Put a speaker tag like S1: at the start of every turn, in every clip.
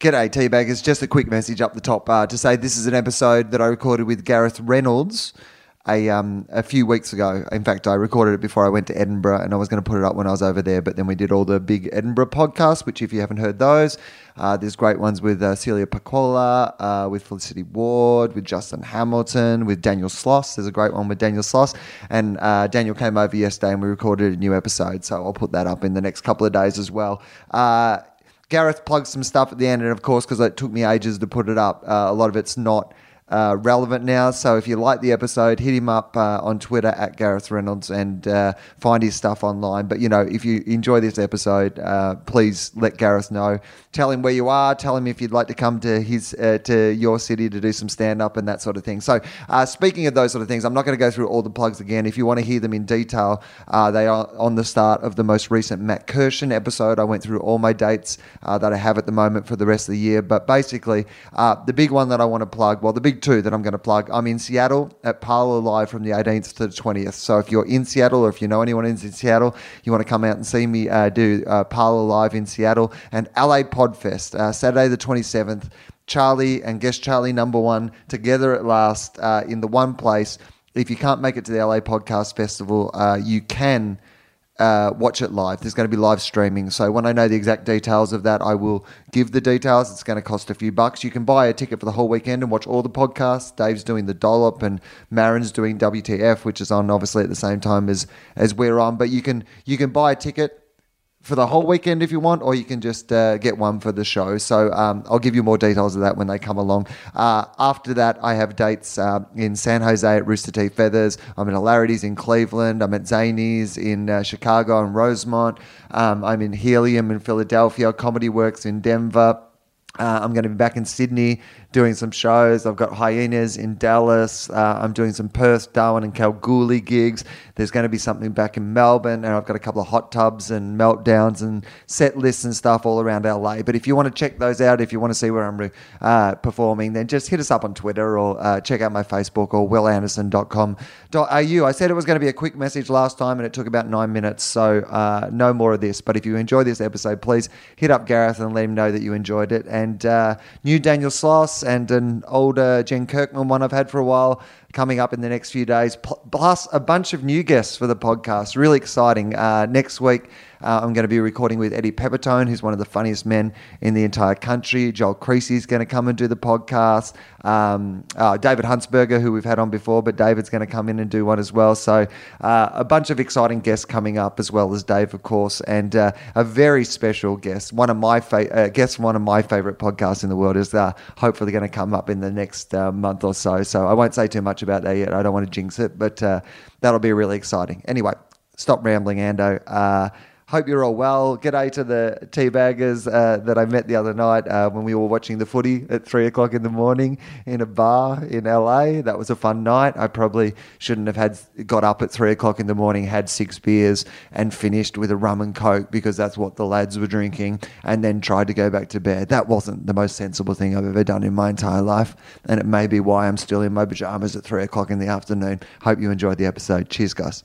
S1: G'day, Teabaggers. Just a quick message up the top uh, to say this is an episode that I recorded with Gareth Reynolds a, um, a few weeks ago. In fact, I recorded it before I went to Edinburgh and I was going to put it up when I was over there, but then we did all the big Edinburgh podcasts, which, if you haven't heard those, uh, there's great ones with uh, Celia Pacola, uh, with Felicity Ward, with Justin Hamilton, with Daniel Sloss. There's a great one with Daniel Sloss. And uh, Daniel came over yesterday and we recorded a new episode, so I'll put that up in the next couple of days as well. Uh, Gareth plugged some stuff at the end, and of course, because it took me ages to put it up, uh, a lot of it's not uh, relevant now. So if you like the episode, hit him up uh, on Twitter at Gareth Reynolds and uh, find his stuff online. But you know, if you enjoy this episode, uh, please let Gareth know. Tell him where you are. Tell him if you'd like to come to his uh, to your city to do some stand up and that sort of thing. So uh, speaking of those sort of things, I'm not going to go through all the plugs again. If you want to hear them in detail, uh, they are on the start of the most recent Matt Kirshen episode. I went through all my dates uh, that I have at the moment for the rest of the year. But basically, uh, the big one that I want to plug, well, the big two that I'm going to plug, I'm in Seattle at Parlor Live from the 18th to the 20th. So if you're in Seattle or if you know anyone who's in Seattle, you want to come out and see me uh, do uh, Parlor Live in Seattle and LA Podfest, uh, Saturday the 27th. Charlie and guest Charlie number one together at last uh, in the one place. If you can't make it to the LA Podcast Festival, uh, you can uh, watch it live. There's going to be live streaming. So when I know the exact details of that, I will give the details. It's going to cost a few bucks. You can buy a ticket for the whole weekend and watch all the podcasts. Dave's doing the dollop and Marin's doing WTF, which is on obviously at the same time as as we're on. But you can you can buy a ticket for the whole weekend if you want, or you can just uh, get one for the show. So um, I'll give you more details of that when they come along. Uh, after that, I have dates um in San Jose at Rooster Teeth Feathers. I'm at Hilarities in Cleveland. I'm at Zanies in uh, Chicago and Rosemont. Um, I'm in Helium in Philadelphia. Comedy Works in Denver. Uh, I'm going to be back in Sydney doing some shows. I've got Hyenas in Dallas. Uh, I'm doing some Perth, Darwin, and Kalgoorlie gigs. There's going to be something back in Melbourne, and I've got a couple of hot tubs and meltdowns and set lists and stuff all around LA. But if you want to check those out, if you want to see where I'm re- uh, performing, then just hit us up on Twitter or uh, check out my Facebook or willanderson.com.au. I said it was going to be a quick message last time, and it took about nine minutes, so uh, no more of this. But if you enjoy this episode, please hit up Gareth and let him know that you enjoyed it. And uh, new Daniel Sloss and an older Jen Kirkman one I've had for a while coming up in the next few days, pl- plus a bunch of new guests for the podcast. Really exciting. Uh, next week, uh, I'm going to be recording with Eddie Pepitone, who's one of the funniest men in the entire country. Joel Creasy is going to come and do the podcast. Um, uh, David Huntsberger, who we've had on before, but David's going to come in and do one as well. So uh, a bunch of exciting guests coming up, as well as Dave, of course, and uh, a very special guest. One of my fa- uh, guests, from one of my favorite podcasts in the world, is uh, hopefully going to come up in the next uh, month or so. So I won't say too much about that yet. I don't want to jinx it, but uh, that'll be really exciting. Anyway, stop rambling, Ando. Uh, hope you're all well. G'day to the teabaggers uh, that I met the other night uh, when we were watching the footy at three o'clock in the morning in a bar in LA. That was a fun night. I probably shouldn't have had got up at three o'clock in the morning, had six beers, and finished with a rum and coke because that's what the lads were drinking, and then tried to go back to bed. That wasn't the most sensible thing I've ever done in my entire life, and it may be why I'm still in my pajamas at three o'clock in the afternoon. Hope you enjoyed the episode. Cheers, guys.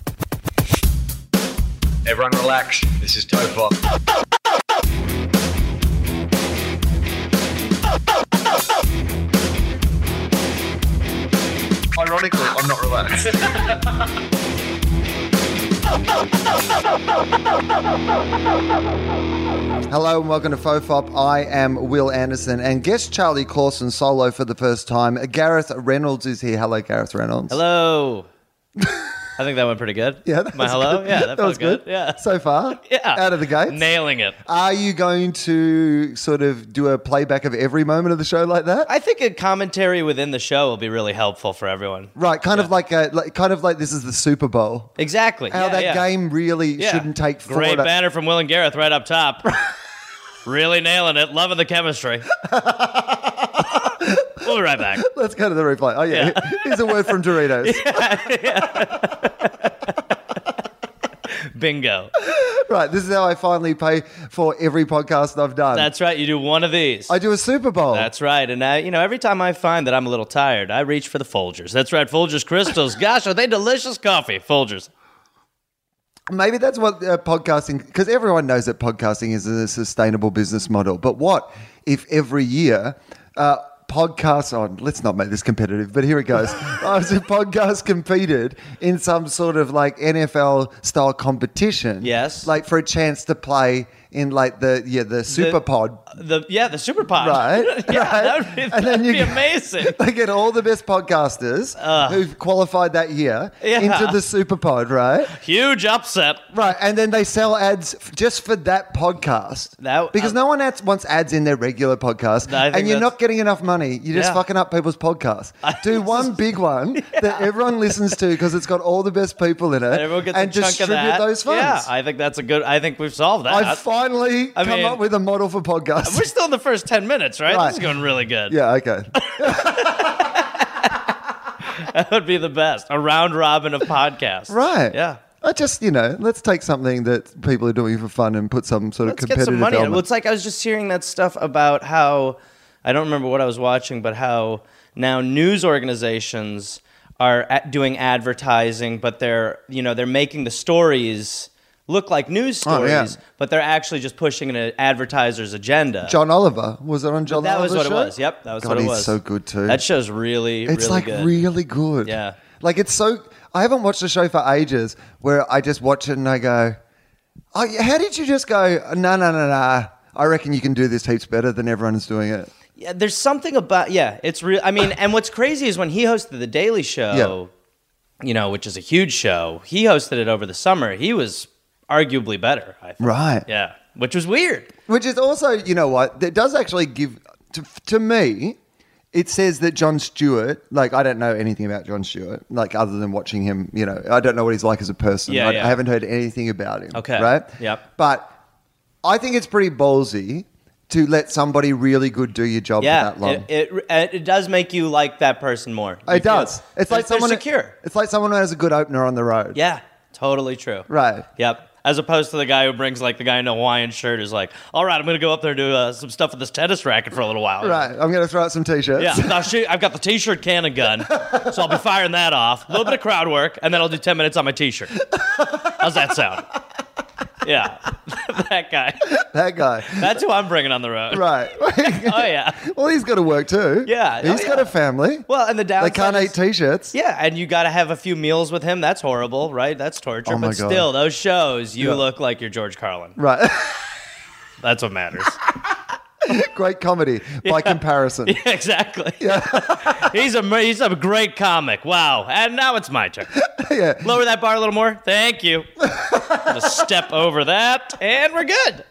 S2: Everyone relax. This is Topop. Ironically, I'm not relaxed.
S1: Hello and welcome to FOFOP. I am Will Anderson and guest Charlie Clausen solo for the first time. Gareth Reynolds is here. Hello, Gareth Reynolds.
S3: Hello. I think that went pretty good.
S1: Yeah, that
S3: my
S1: was
S3: hello.
S1: good.
S3: Yeah, that, felt
S1: was good.
S3: Yeah,
S1: So far,
S3: yeah,
S1: out of the gates.
S3: nailing it.
S1: Are you going to sort of do a playback of every moment of the show like that?
S3: I think a commentary within the show will be really helpful for everyone.
S1: right, kind of like a like, kind of like this is the Super Bowl.
S3: Exactly.
S1: How
S3: yeah,
S1: that
S3: yeah.
S1: game really
S3: Yeah.
S1: shouldn't take four.
S3: Great
S1: to-
S3: banner from Will and Gareth right up top. really nailing it. Loving the chemistry. well,
S1: Go to the replay. Oh yeah, here's a word from Doritos.
S3: Bingo.
S1: Right, this is how I finally pay for every podcast I've done.
S3: That's right. You do one of these.
S1: I do a Super Bowl.
S3: That's right. And I, you know, every time I find that I'm a little tired, I reach for the Folgers. That's right, Folgers crystals. Gosh, are they delicious coffee? Folgers.
S1: Maybe that's what uh, podcasting, because everyone knows that podcasting is a sustainable business model. But what if every year uh, podcasts on, let's not make this competitive, but here it goes. uh, so podcasts competed in some sort of like NFL style competition.
S3: Yes.
S1: Like for a chance to play in like the, yeah, the Super Pod.
S3: The yeah, the super pod.
S1: Right,
S3: yeah,
S1: right.
S3: that would be,
S1: And
S3: that'd
S1: then you
S3: be
S1: get-
S3: amazing.
S1: They get all the best podcasters who've qualified that year
S3: Yeah.
S1: into the Super Pod, right?
S3: Huge upset.
S1: Right, and then they sell ads f- just for that podcast.
S3: That-
S1: because
S3: uh,
S1: no one ads, wants ads in their regular podcast,
S3: No, I think
S1: and you're
S3: that's-
S1: not getting enough money. You're just
S3: Yeah.
S1: fucking up people's podcasts. Do one big one that everyone listens to because it's got all the best people in it,
S3: Everyone gets
S1: and
S3: a chunk of
S1: distribute
S3: that.
S1: those funds.
S3: Yeah, I think that's a good. I think we've solved that.
S1: I've finally
S3: I
S1: come
S3: mean-
S1: up with a model for podcasts.
S3: We're still in the first ten minutes, right?
S1: Right.
S3: This is going really good.
S1: yeah, okay.
S3: That would be the best. A round robin of podcasts.
S1: Right.
S3: Yeah.
S1: I just, you know, let's take something that people are doing for fun and put some sort
S3: Let's
S1: of
S3: get
S1: competitive
S3: some money. Well,
S1: element.
S3: it's like I was just hearing that stuff about how I don't remember what I was watching, but how now news organizations are at doing advertising, but they're you know they're making the stories look like news
S1: Oh,
S3: stories,
S1: yeah.
S3: but they're actually just pushing an advertiser's agenda.
S1: John Oliver was it on John
S3: that was
S1: Oliver's
S3: what
S1: show?
S3: it was. Yep, that was
S1: God,
S3: what it
S1: he's
S3: was.
S1: so good too.
S3: That show's really,
S1: It's
S3: really
S1: like
S3: good.
S1: really good.
S3: Yeah.
S1: Like it's so. I haven't watched the show for ages. Where I just watch it and I go, "Oh, yeah, how did you just go? No, no, no, no. I reckon you can do this heaps better than everyone's doing it."
S3: Yeah, there's something about yeah, it's real. I mean, and what's crazy is when he hosted the Daily Show, you know, which is a huge show. He hosted it over the summer. He was arguably better. I think.
S1: Right.
S3: Yeah, which was weird.
S1: Which is also, you know what? That does actually give to, to me. It says that John Stewart, like I don't know anything about John Stewart, like other than watching him. You know, I don't know what he's like as a person.
S3: Yeah,
S1: I,
S3: yeah.
S1: I haven't heard anything about him.
S3: Okay.
S1: right?
S3: Yep.
S1: But I think it's pretty ballsy to let somebody really good do your job
S3: Yeah,
S1: for that long.
S3: it, it it it does make you like that person more. You
S1: It does.
S3: feel-
S1: It's like
S3: they're
S1: someone
S3: secure.
S1: It's like someone who has a good opener on the road.
S3: Yeah, totally true.
S1: Right.
S3: Yep. As opposed to the guy who brings like the guy in a Hawaiian shirt who's like, "All right, I'm gonna go up there and do uh, some stuff with this tennis racket for a little while."
S1: Right. I'm going to throw out some t-shirts.
S3: Yeah, now shoot, I've got the t-shirt cannon gun, so I'll be firing that off. A little bit of crowd work, and then I'll do ten minutes on my t-shirt. How's that sound? Yeah, that guy.
S1: that guy.
S3: That's who I'm bringing on the road.
S1: Right.
S3: Oh yeah.
S1: well, he's got to work too.
S3: Yeah.
S1: He's
S3: Oh,
S1: got
S3: yeah.
S1: a family.
S3: Well, and the
S1: they
S3: downside
S1: can't
S3: is-
S1: eat t-shirts.
S3: yeah, and you got to have a few meals with him. That's horrible, right? That's torture.
S1: Oh, my
S3: but
S1: God.
S3: still, those shows, you
S1: Yeah.
S3: look like you're George Carlin.
S1: Right.
S3: That's what matters.
S1: Great comedy by comparison.
S3: exactly. he's a he's a great comic. Wow. And now it's my turn.
S1: yeah.
S3: Lower that bar a little more. Thank you. Just step over that, and we're good.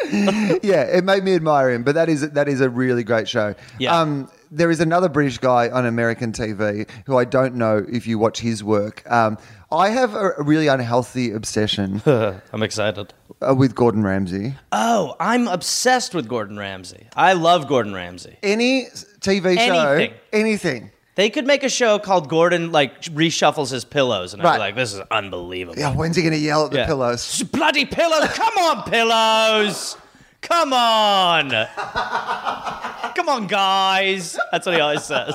S1: Yeah, it made me admire him, but that is that is a really great show.
S3: Yeah.
S1: Um, there is another British guy on American TV who I don't know if you watch his work. Um, I have a a really unhealthy obsession uh,
S3: I'm excited.
S1: with Gordon Ramsay.
S3: Oh, I'm obsessed with Gordon Ramsay. I love Gordon Ramsay.
S1: any s- TV show,
S3: Anything.
S1: anything.
S3: They could make a show called Gordon like reshuffles his pillows, and I'd
S1: Right.
S3: be like, this is unbelievable.
S1: Yeah, when's he going to yell at the
S3: Yeah.
S1: pillows?
S3: Bloody pillows! Come on, pillows! Come on! Come on, guys! That's what he always says.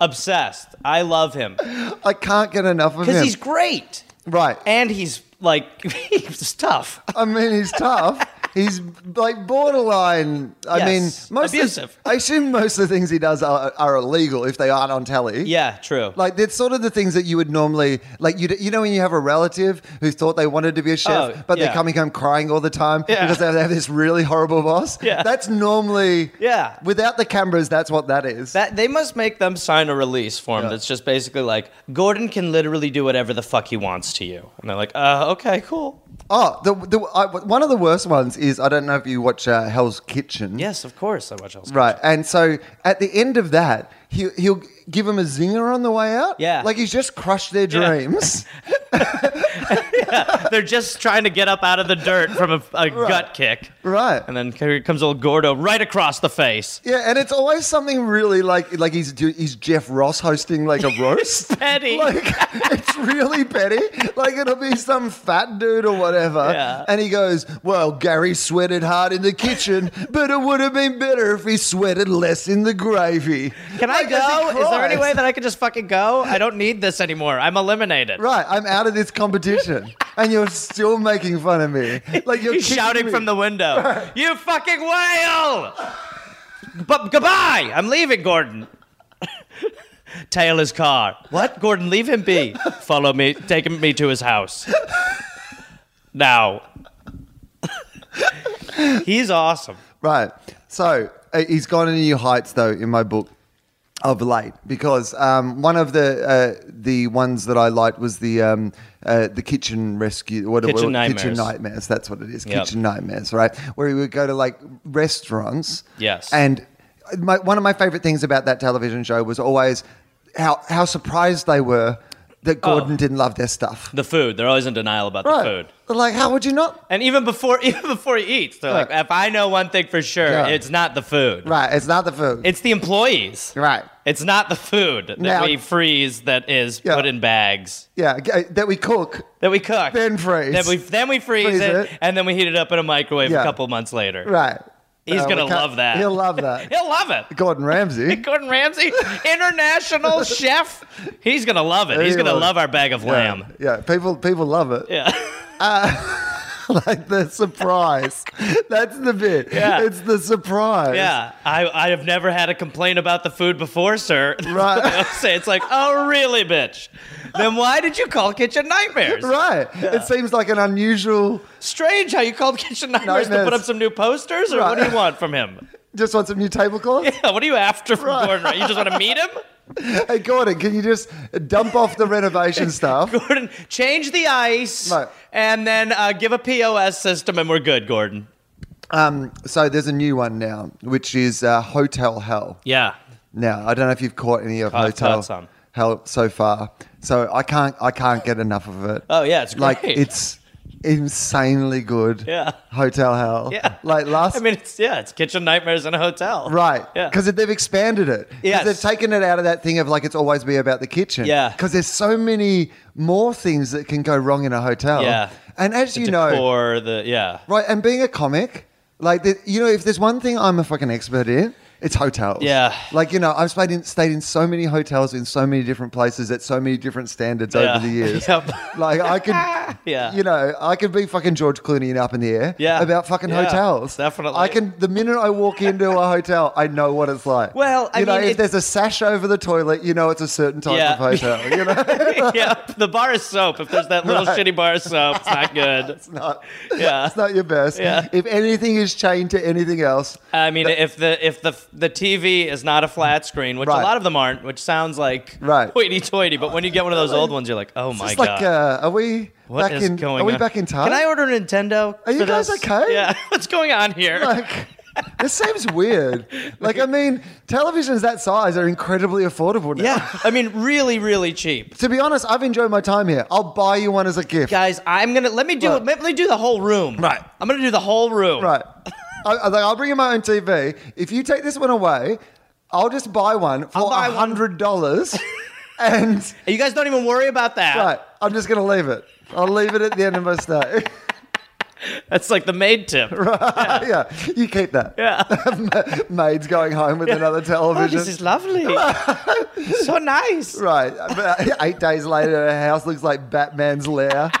S3: Obsessed. I love him
S1: I can't get enough of
S3: because
S1: him.
S3: he's great
S1: right.
S3: and he's like he's tough.
S1: I mean, he's tough. He's like borderline. I
S3: Yes,
S1: mean, most
S3: abusive.
S1: Of, I assume most of the things he does are, are illegal if they aren't on telly.
S3: Yeah, true.
S1: Like that's sort of the things that you would normally like. You you know when you have a relative who thought they wanted to be a chef,
S3: Oh,
S1: but
S3: yeah.
S1: they're coming home crying all the time
S3: Yeah.
S1: because they have this really horrible boss.
S3: Yeah.
S1: that's normally
S3: Yeah.
S1: Without the cameras, that's what that is.
S3: That they must make them sign a release form
S1: Yeah.
S3: that's just basically like Gordon can literally do whatever the fuck he wants to you, and they're like, uh, okay, cool.
S1: Oh, the, the I, one of the worst ones is I don't know if you watch uh, Hell's Kitchen.
S3: Yes, of course I watch Hell's
S1: Right, and so at the end of that, he, he'll give them a zinger on the way out.
S3: Yeah.
S1: like he's just crushed their
S3: Yeah.
S1: dreams.
S3: They're just trying to get up out of the dirt from a, a gut kick.
S1: Right.
S3: And then here comes old Gordo right across the face.
S1: Yeah, and it's always something really like like he's do- he's Jeff Ross hosting like a roast.
S3: petty.
S1: Like it's really petty. Like it'll be some fat dude or whatever,
S3: Yeah.
S1: and he goes, "Well, Gary sweated hard in the kitchen, but it would have been better if he sweated less in the gravy."
S3: Can I
S1: Like, as he
S3: go? Is there any
S1: cries.
S3: way that I can just fucking go? I don't need this anymore. I'm eliminated.
S1: Right, I'm out of this competition, and you're still making fun of me. Like you're
S3: He's
S1: kicking
S3: shouting
S1: me.
S3: from the window. you fucking whale! But goodbye. I'm leaving, Gordon. Tail his car. What? Gordon, leave him be. Follow me. Take him me to his house. Now. He's awesome.
S1: Right. So uh, he's gone to new heights, though, in my book of late because um, one of the uh, the ones that I liked was the um, uh, the kitchen rescue, what,
S3: Kitchen
S1: what- kitchen
S3: Nightmares.
S1: nightmares. That's what it is,
S3: Yep.
S1: kitchen nightmares, right? Where he would go to like restaurants.
S3: Yes.
S1: And uh, my, one of my favorite things about that television show was always how how surprised they were that
S3: Oh.
S1: Gordon didn't love their stuff.
S3: The food. They're always in denial about the
S1: Right.
S3: food.
S1: They're Like, how would you not?
S3: And even before even before he eats, they're like,
S1: Yeah.
S3: if I know one thing for sure,
S1: Yeah.
S3: it's not the food.
S1: Right, it's not the food.
S3: It's the employees.
S1: right.
S3: It's not the food that
S1: Now-
S3: we freeze that is
S1: Yeah.
S3: put in bags
S1: Yeah, g- uh, that we cook.
S3: that we cook.
S1: Then freeze.
S3: Then we then we freeze,
S1: Freeze
S3: it,
S1: it.
S3: and then we heat it up in a microwave
S1: Yeah.
S3: a couple months later.
S1: Right. Uh,
S3: He's
S1: we
S3: gonna
S1: can't-
S3: love that.
S1: He'll love that.
S3: He'll love it.
S1: Gordon Ramsay.
S3: Gordon Ramsay, international chef. He's gonna love it. He's
S1: He
S3: gonna
S1: will.
S3: love our bag of lamb.
S1: Yeah, yeah, people people love it.
S3: Yeah.
S1: Like the surprise. That's the bit.
S3: Yeah.
S1: It's the surprise.
S3: Yeah. I, I have never had a complaint about the food before, sir.
S1: Right.
S3: I'll say it's like, oh really, bitch? Then why did you call kitchen nightmares?
S1: Right. It seems like an unusual
S3: Strange how you called kitchen nightmares to
S1: Nightmares.
S3: put up some new posters, or what do
S1: Right.
S3: you want from him?
S1: just want some new tablecloth.
S3: Yeah, what are you after from Gordon? Ramsay? You just want to meet him?
S1: Hey Gordon, can you just dump off the renovation stuff?
S3: Gordon, change the ice
S1: Right.
S3: and then uh, give a POS system, and we're good, Gordon.
S1: Um, so there's a new one now, which is uh, Hotel Hell.
S3: Yeah.
S1: Now, I don't know if you've caught any of
S3: I've
S1: Hotel
S3: caught some.
S1: Hell so far. So I can't I can't get enough of it.
S3: Oh, yeah, it's
S1: like
S3: great.
S1: it's insanely good.
S3: Yeah.
S1: Hotel Hell.
S3: Yeah.
S1: Like last
S3: I mean, it's yeah, it's kitchen nightmares in a hotel.
S1: Right,
S3: Yeah.
S1: because they've expanded it. 'Cause
S3: Yes.
S1: they've taken it out of that thing of like it's always be about the kitchen.
S3: Yeah.
S1: because there's so many more things that can go wrong in a hotel.
S3: Yeah.
S1: and as
S3: The
S1: you know,
S3: decor, the yeah.
S1: right, and being a comic, like the, you know, if there's one thing I'm a fucking expert in, it's hotels.
S3: Yeah.
S1: like you know, I've stayed in, stayed in so many hotels in so many different places at so many different standards
S3: Yeah.
S1: over the years.
S3: Yep.
S1: Like I could,
S3: Yeah.
S1: you know, I could be fucking George Clooney in Up in the Air.
S3: Yeah.
S1: about fucking
S3: Yeah,
S1: hotels.
S3: definitely.
S1: I can. The minute I walk into a hotel, I know what it's like.
S3: Well, I
S1: you know,
S3: mean,
S1: if
S3: it-
S1: there's a sash over the toilet, you know it's a certain type
S3: Yeah.
S1: of hotel. You know,
S3: yeah, the bar is soap. If there's that little
S1: Right.
S3: shitty bar of soap, it's not good. it's
S1: not-
S3: Yeah.
S1: it's not your best.
S3: Yeah.
S1: If anything is chained to anything else,
S3: I mean, if the if the the TV is not a flat screen, which a
S1: Right.
S3: lot of them aren't, which sounds like
S1: Right.
S3: hoity-toity, but when you get one of those old ones, you're like, oh my
S1: it's
S3: god,
S1: like, uh, are we
S3: what is
S1: back in?
S3: going
S1: are we
S3: on?
S1: back in time?
S3: Can I order a Nintendo?
S1: Are you
S3: for
S1: guys
S3: this?
S1: okay?
S3: Yeah, what's going on here?
S1: like this seems weird. Like I mean, televisions that size are incredibly affordable now.
S3: yeah, I mean, really, really cheap.
S1: To be honest, I've enjoyed my time here. I'll buy you one as a gift.
S3: Guys, I'm gonna let me do
S1: Right.
S3: let me do the whole room.
S1: Right.
S3: I'm gonna do the whole room.
S1: Right. I, I- like, I'll bring you my own TV. If you take this one away, I'll just buy one
S3: I'll
S1: for
S3: buy one.
S1: hundred dollars, and
S3: And you guys don't even worry about that.
S1: right, I'm just gonna leave it. I'll leave it at the end of my stay.
S3: That's like the maid tip.
S1: yeah, you keep that.
S3: Yeah.
S1: Maid's going home with another
S3: Oh,
S1: television.
S3: this is lovely. so nice.
S1: Right. But eight days later, her house looks like Batman's lair.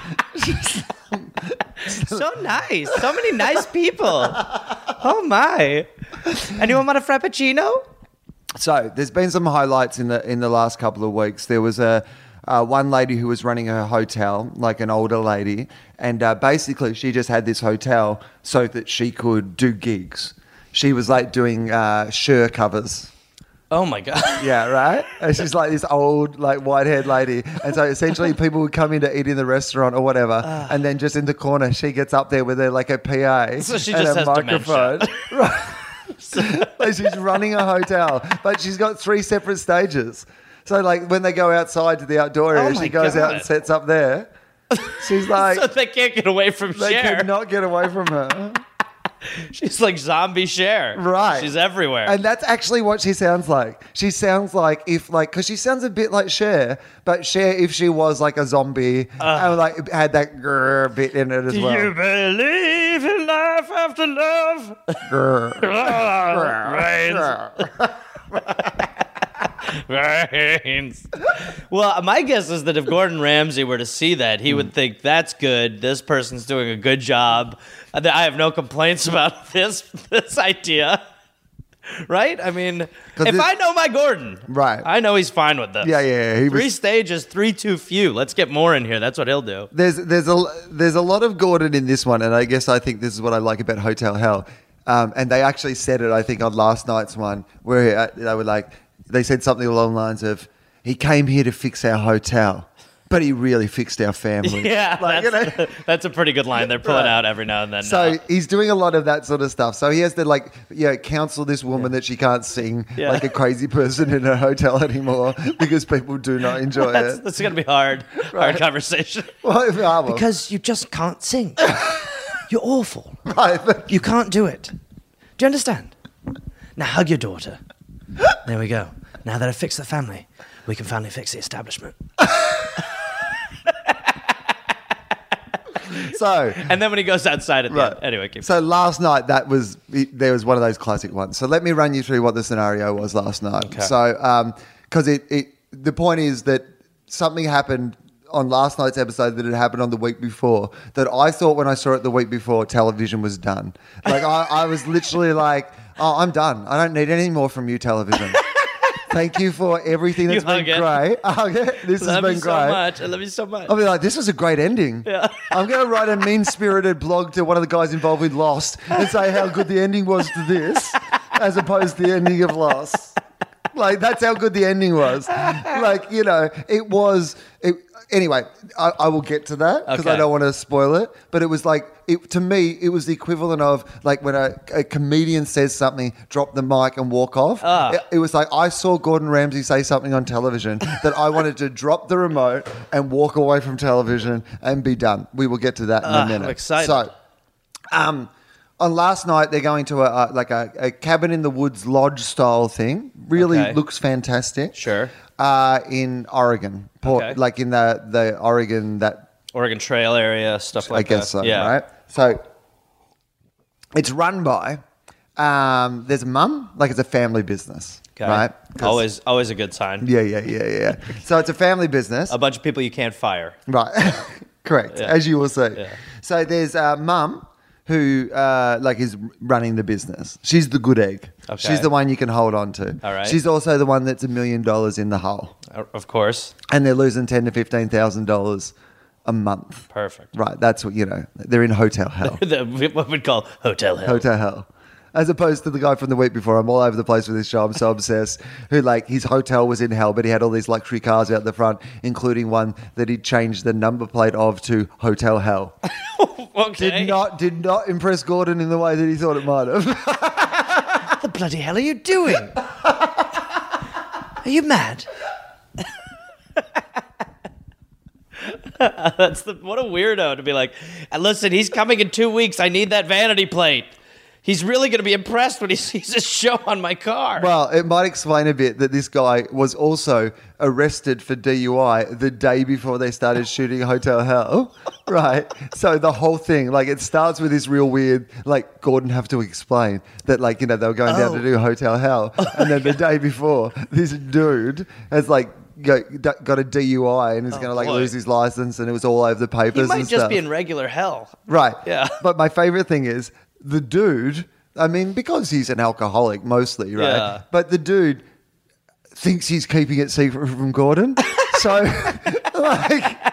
S3: So nice. So many nice people. Oh my. Anyone want a frappuccino?
S1: So there's been some highlights in the in the last couple of weeks. There was a uh, one lady who was running her hotel, like an older lady, and uh, basically she just had this hotel so that she could do gigs. She was like doing uh, Sure covers.
S3: Oh my god.
S1: Yeah, right. And she's like this old, like white-haired lady, and so essentially people would come in to eat in the restaurant or whatever,
S3: Ah.
S1: and then just in the corner she gets up there with her like a PA
S3: So she
S1: and
S3: just
S1: a
S3: has
S1: microphone.
S3: dementia.
S1: right. like she's running a hotel, but she's got three separate stages. So like when they go outside to the outdoor
S3: Oh
S1: area,
S3: my
S1: she goes out
S3: God.
S1: and sets up there. She's like,
S3: so they can't get away from
S1: they
S3: Cher.
S1: cannot get away from her.
S3: She's like zombie Cher.
S1: Right.
S3: She's everywhere.
S1: And that's actually what she sounds like. She sounds like if like because she sounds a bit like Cher, but Cher if she was like a zombie and like had that grrr bit in it as
S3: Do Uh. you
S1: well.
S3: believe in life after love? Ah,
S1: Grrr.
S3: Rains. Rains. Well, my guess is that if Gordon Ramsay were to see that, he would think that's good. This person's doing a good job. I I have no complaints about this this idea. Right? I mean, if
S1: 'Cause it-
S3: I know my Gordon,
S1: Right.
S3: I know he's fine with this.
S1: Yeah, yeah, yeah, he
S3: three
S1: was-
S3: stages, three too few. Let's get more in here. That's what he'll do.
S1: There's there's a there's a lot of Gordon in this one, and I guess I think this is what I like about Hotel Hell. Um, and they actually said it, I think, on last night's one where uh, they were like, they said something along the lines of, "He came here to fix our hotel, but he really fixed our family."
S3: Yeah,
S1: Like, you
S3: that's,
S1: know?
S3: that's a pretty good line they're pulling
S1: Right.
S3: out every now and then.
S1: So
S3: now.
S1: he's doing a lot of that sort of stuff. So he has to like, you know, counsel this woman that she can't sing
S3: Yeah.
S1: like a crazy person in her hotel anymore because people do not enjoy
S3: That's,
S1: it.
S3: that's gonna be hard, hard conversation.
S1: Well, if- ah, well,
S4: Because you just can't sing. You're awful.
S1: right, but-
S4: You can't do it. Do you understand? Now hug your daughter. There we go. Now that I've fixed the family, we can finally fix the establishment.
S1: so.
S3: And then when he goes outside at the
S1: Right.
S3: end, anyway, keep
S1: so last night that was it- there was one of those classic ones. So let me run you through what the scenario was last night. So because it, it the point is that something happened on last night's episode that had happened on the week before that I thought when I saw it the week before television was done. Like I, I was literally like, oh, I'm done. I don't need any more from you, television. Thank you for everything
S3: You
S1: that's been
S3: hung it.
S1: great. I hung it. This has
S3: love
S1: been
S3: you so
S1: great.
S3: much. I love you so much.
S1: I'll be like, this was a great ending. I'm going to write a mean spirited blog to one of the guys involved with Lost and say how good the ending was to this as opposed to the ending of Lost. Like, that's how good the ending was. Like, you know, it was. It, anyway, I, I will get to that because I
S3: Okay.
S1: don't want to spoil it. But it was like, it, to me, it was the equivalent of like when a, a comedian says something, drop the mic and walk off.
S3: Ah.
S1: It, it was like I saw Gordon Ramsay say something on television that I wanted to drop the remote and walk away from television and be done. We will get to that in a minute.
S3: Ah, excited.
S1: So, um, on last night they're going to a, a like a, a cabin in the woods lodge style thing. Really
S3: Okay.
S1: looks fantastic.
S3: Sure.
S1: Uh, in Oregon, Port,
S3: Okay.
S1: like in the the Oregon that
S3: Oregon Trail area stuff like
S1: I
S3: that.
S1: guess so.
S3: Yeah.
S1: Right. So it's run by um, there's a mum, like it's a family business,
S3: Okay.
S1: right? 'Cause-
S3: Always, always a good sign.
S1: Yeah, yeah, yeah, yeah. so it's a family business,
S3: A bunch of people you can't fire.
S1: right? Correct, as you will see.
S3: Yeah.
S1: So there's a mum who uh, like is running the business. She's the good egg.
S3: Okay.
S1: She's the one you can hold on to.
S3: All right.
S1: She's also the one that's a million dollars in the hole,
S3: Uh, Of course.
S1: and they're losing ten to fifteen thousand dollars a month.
S3: Perfect.
S1: Right. That's what you know. They're in hotel hell.
S3: The, what we'd call hotel hell.
S1: Hotel Hell. As opposed to the guy from the week before, I'm all over the place with this show. I'm so obsessed. Who like his hotel was in hell, but he had all these luxury cars out the front, including one that he changed the number plate of to Hotel Hell.
S3: okay.
S1: Did not did not impress Gordon in the way that he thought it might have.
S4: What the bloody hell are you doing? Are you mad?
S3: That's the, what a weirdo to be like. "Uh, Listen, he's coming in two weeks. I need that vanity plate. He's really going to be impressed when he sees this show on my car.
S1: well, it might explain a bit that this guy was also arrested for DUI the day before they started shooting Hotel Hell. Right. So the whole thing, like it starts with this real weird, like Gordon have to explain that like, you know, they were going down to
S4: Oh.
S1: do Hotel Hell. And then the day before, this dude has like go- d- got a DUI and is going to like
S3: Oh, boy.
S1: lose his license and it was all over the papers
S3: he might
S1: and
S3: just
S1: stuff.
S3: be in regular hell.
S1: Right.
S3: Yeah.
S1: But my favorite thing is the dude, I mean, because he's an alcoholic mostly, right?
S3: Yeah.
S1: But the dude thinks he's keeping it secret from Gordon. so, like,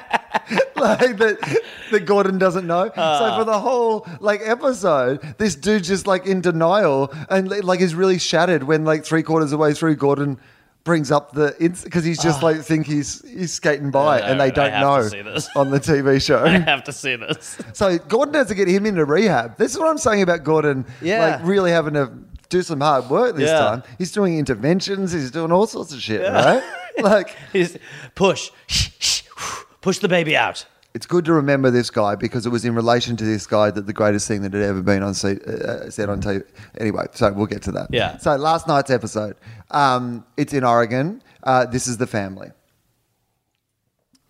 S1: like that that Gordon doesn't know.
S3: Ah.
S1: so for the whole like episode, this dude just like in denial and li- like is really shattered when like three quarters of the way through Gordon brings up the because he's just like think he's he's skating by
S3: I
S1: and they
S3: know, Ah. I
S1: don't
S3: have to see
S1: know
S3: this.
S1: on the TV
S3: I
S1: show.
S3: have to see this.
S1: So Gordon has to get him into rehab. This is what I'm saying about Gordon.
S3: Yeah.
S1: Like really having to do some hard work this
S3: Yeah.
S1: time. He's doing interventions. He's doing all sorts of shit, right? Like
S3: He's push, push the baby out.
S1: it's good to remember this guy because it was in relation to this guy that the greatest thing that had ever been on se- uh, said on TV. Anyway, so we'll get to that.
S3: Yeah.
S1: So last night's episode, um, it's in Oregon. Uh, this is the family.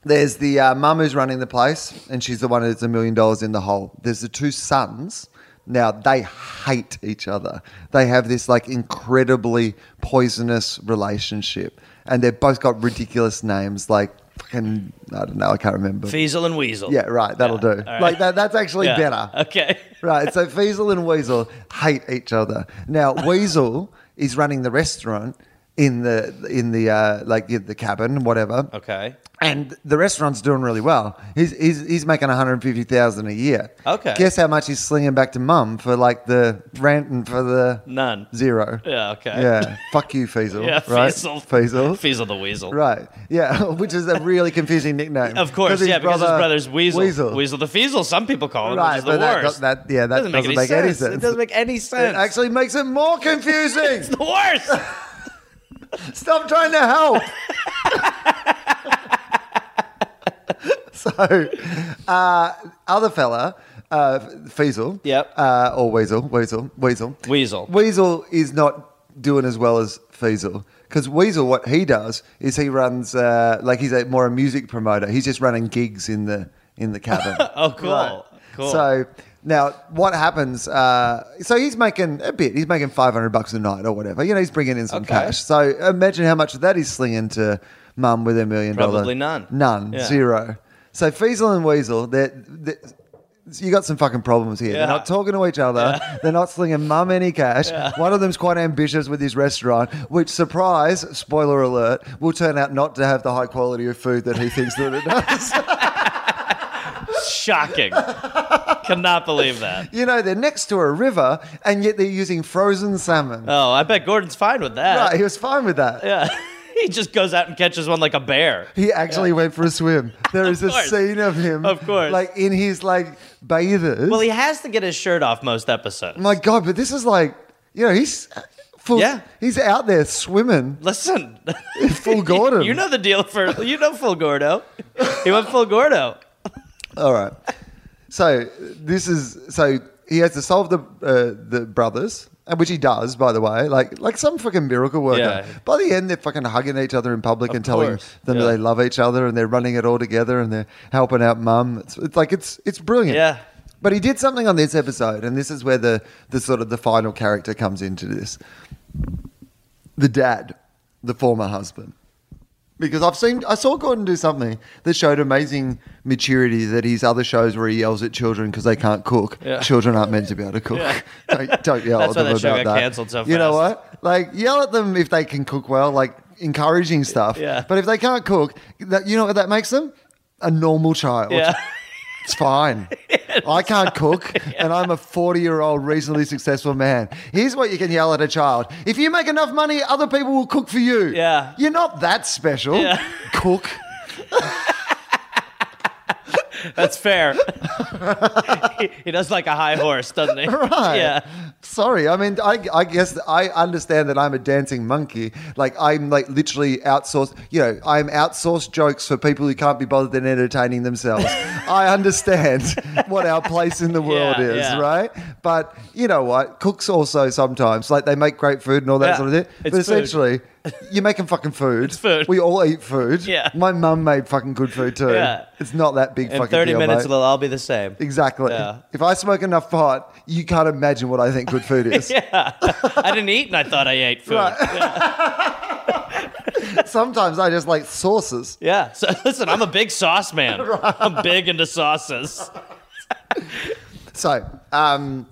S1: There's the uh, mum who's running the place, and she's the one that's a million dollars in the hole. There's the two sons. Now they hate each other. They have this like incredibly poisonous relationship, and they've both got ridiculous names like fucking I don't know. I can't remember.
S3: Feasel and Weasel.
S1: Yeah, right. That'll do.
S3: all right.
S1: Like that. That's actually
S3: Yeah.
S1: better.
S3: Okay.
S1: Right. So Feasel and Weasel hate each other. Now Weasel is running the restaurant in the in the uh, like in the cabin, whatever.
S3: Okay.
S1: And the restaurant's doing really well. He's he's, he's making one hundred fifty thousand a year.
S3: Okay.
S1: Guess how much he's slinging back to mum for like the rent and for the
S3: None.
S1: zero.
S3: Yeah, okay.
S1: Yeah. Fuck you, Feasel.
S3: Yeah,
S1: right?
S3: Feasel.
S1: Feasel.
S3: Feasel the Weasel.
S1: Right. Yeah. Which is a really confusing nickname.
S3: Of course,
S1: his
S3: yeah, because his
S1: brother-
S3: brother's Weasel.
S1: Weasel.
S3: the Feasel, some people call him, which is the
S1: but that,
S3: worst.
S1: that- yeah, that doesn't, make, any, sense.
S3: It doesn't make any
S1: It
S3: sense.
S1: actually makes it more confusing.
S3: the worst.
S1: Stop trying to help. so, uh, other fella, uh, Feasel.
S3: Yep.
S1: Uh, or Weasel. Weasel. Weasel.
S3: Weasel.
S1: Weasel is not doing as well as Feasel. Because Weasel, what he does is he runs, uh, like he's a, more a music promoter. He's just running gigs in the in the cabin.
S3: Oh, cool.
S1: Right.
S3: Cool.
S1: So now what happens? Uh, so he's making a bit. He's making five hundred bucks a night or whatever. You know, he's bringing in some
S3: Okay.
S1: cash. So imagine how much of that he's slinging to mum with a million dollar.
S3: Probably none.
S1: None.
S3: Yeah.
S1: Zero. So Feasel and Weasel, they're. they're you got some fucking problems here. They're
S3: Yeah.
S1: not talking to each other. They're not slinging mum any cash. One of them's quite ambitious with his restaurant, which, surprise, spoiler alert, will turn out not to have the high quality of food that he thinks that it does.
S3: Shocking. Cannot believe that.
S1: You know, they're next to a river and yet they're using frozen salmon.
S3: Oh, I bet Gordon's fine with that.
S1: right, he was fine with that.
S3: Yeah. he just goes out and catches one like a bear.
S1: He actually went for a swim. There is a
S3: course.
S1: scene of him,
S3: Of course.
S1: like in his like bathers.
S3: Well, he has to get his shirt off most episodes.
S1: My God, but this is like, you know, he's full.
S3: Yeah.
S1: he's out there swimming.
S3: Listen,
S1: Full Gordon.
S3: you know the deal for you know full Gordo. He went full Gordo.
S1: All right. So this is so he has to solve the uh, the brothers, and which he does, by the way, like like some fucking miracle worker.
S3: Yeah.
S1: By the end, they're fucking hugging each other in public and telling
S3: course.
S1: them
S3: Yeah.
S1: they love each other, and they're running it all together, and they're helping out mum. It's, it's like it's it's brilliant.
S3: Yeah.
S1: But he did something on this episode, and this is where the the sort of the final character comes into this. The dad, the former husband because I've seen I saw Gordon do something that showed amazing maturity that his other shows where he yells at children because they can't cook.
S3: Yeah.
S1: Children aren't meant to be able to cook. don't, don't yell at
S3: That's why
S1: them
S3: that show
S1: about
S3: got
S1: that.
S3: cancelled so
S1: You know
S3: fast.
S1: what? Like yell at them if they can cook well, like encouraging stuff.
S3: Yeah.
S1: But if they can't cook, that you know what that makes them? A normal child.
S3: Yeah.
S1: It's fine. I can't cook, and I'm a 40 year old reasonably successful man. Here's what you can yell at a child If you make enough money, other people will cook for you.
S3: Yeah.
S1: You're not that special.
S3: Yeah.
S1: Cook.
S3: That's fair. he, he does like a high horse, doesn't he?
S1: Right.
S3: Yeah.
S1: Sorry. I mean, I, I guess I understand that I'm a dancing monkey. Like, I'm like literally outsourced, you know, I'm outsourced jokes for people who can't be bothered in entertaining themselves. I understand what our place in the world
S3: Yeah,
S1: is,
S3: yeah.
S1: right? But you know what? Cooks also sometimes, like, they make great food and all that
S3: Yeah,
S1: sort of thing.
S3: it's
S1: But
S3: food.
S1: essentially, you're making fucking food. It's
S3: food.
S1: We all eat food.
S3: Yeah.
S1: My mum made fucking good food too.
S3: Yeah.
S1: It's not that big
S3: In
S1: fucking
S3: 30
S1: deal,
S3: minutes,
S1: mate.
S3: it'll all be the same.
S1: Exactly.
S3: Yeah.
S1: If I smoke enough pot, you can't imagine what I think good food is.
S3: Yeah. I didn't eat and I thought I ate food.
S1: Sometimes I just like sauces.
S3: Yeah. So listen, I'm a big sauce man. I'm big into sauces.
S1: So, um,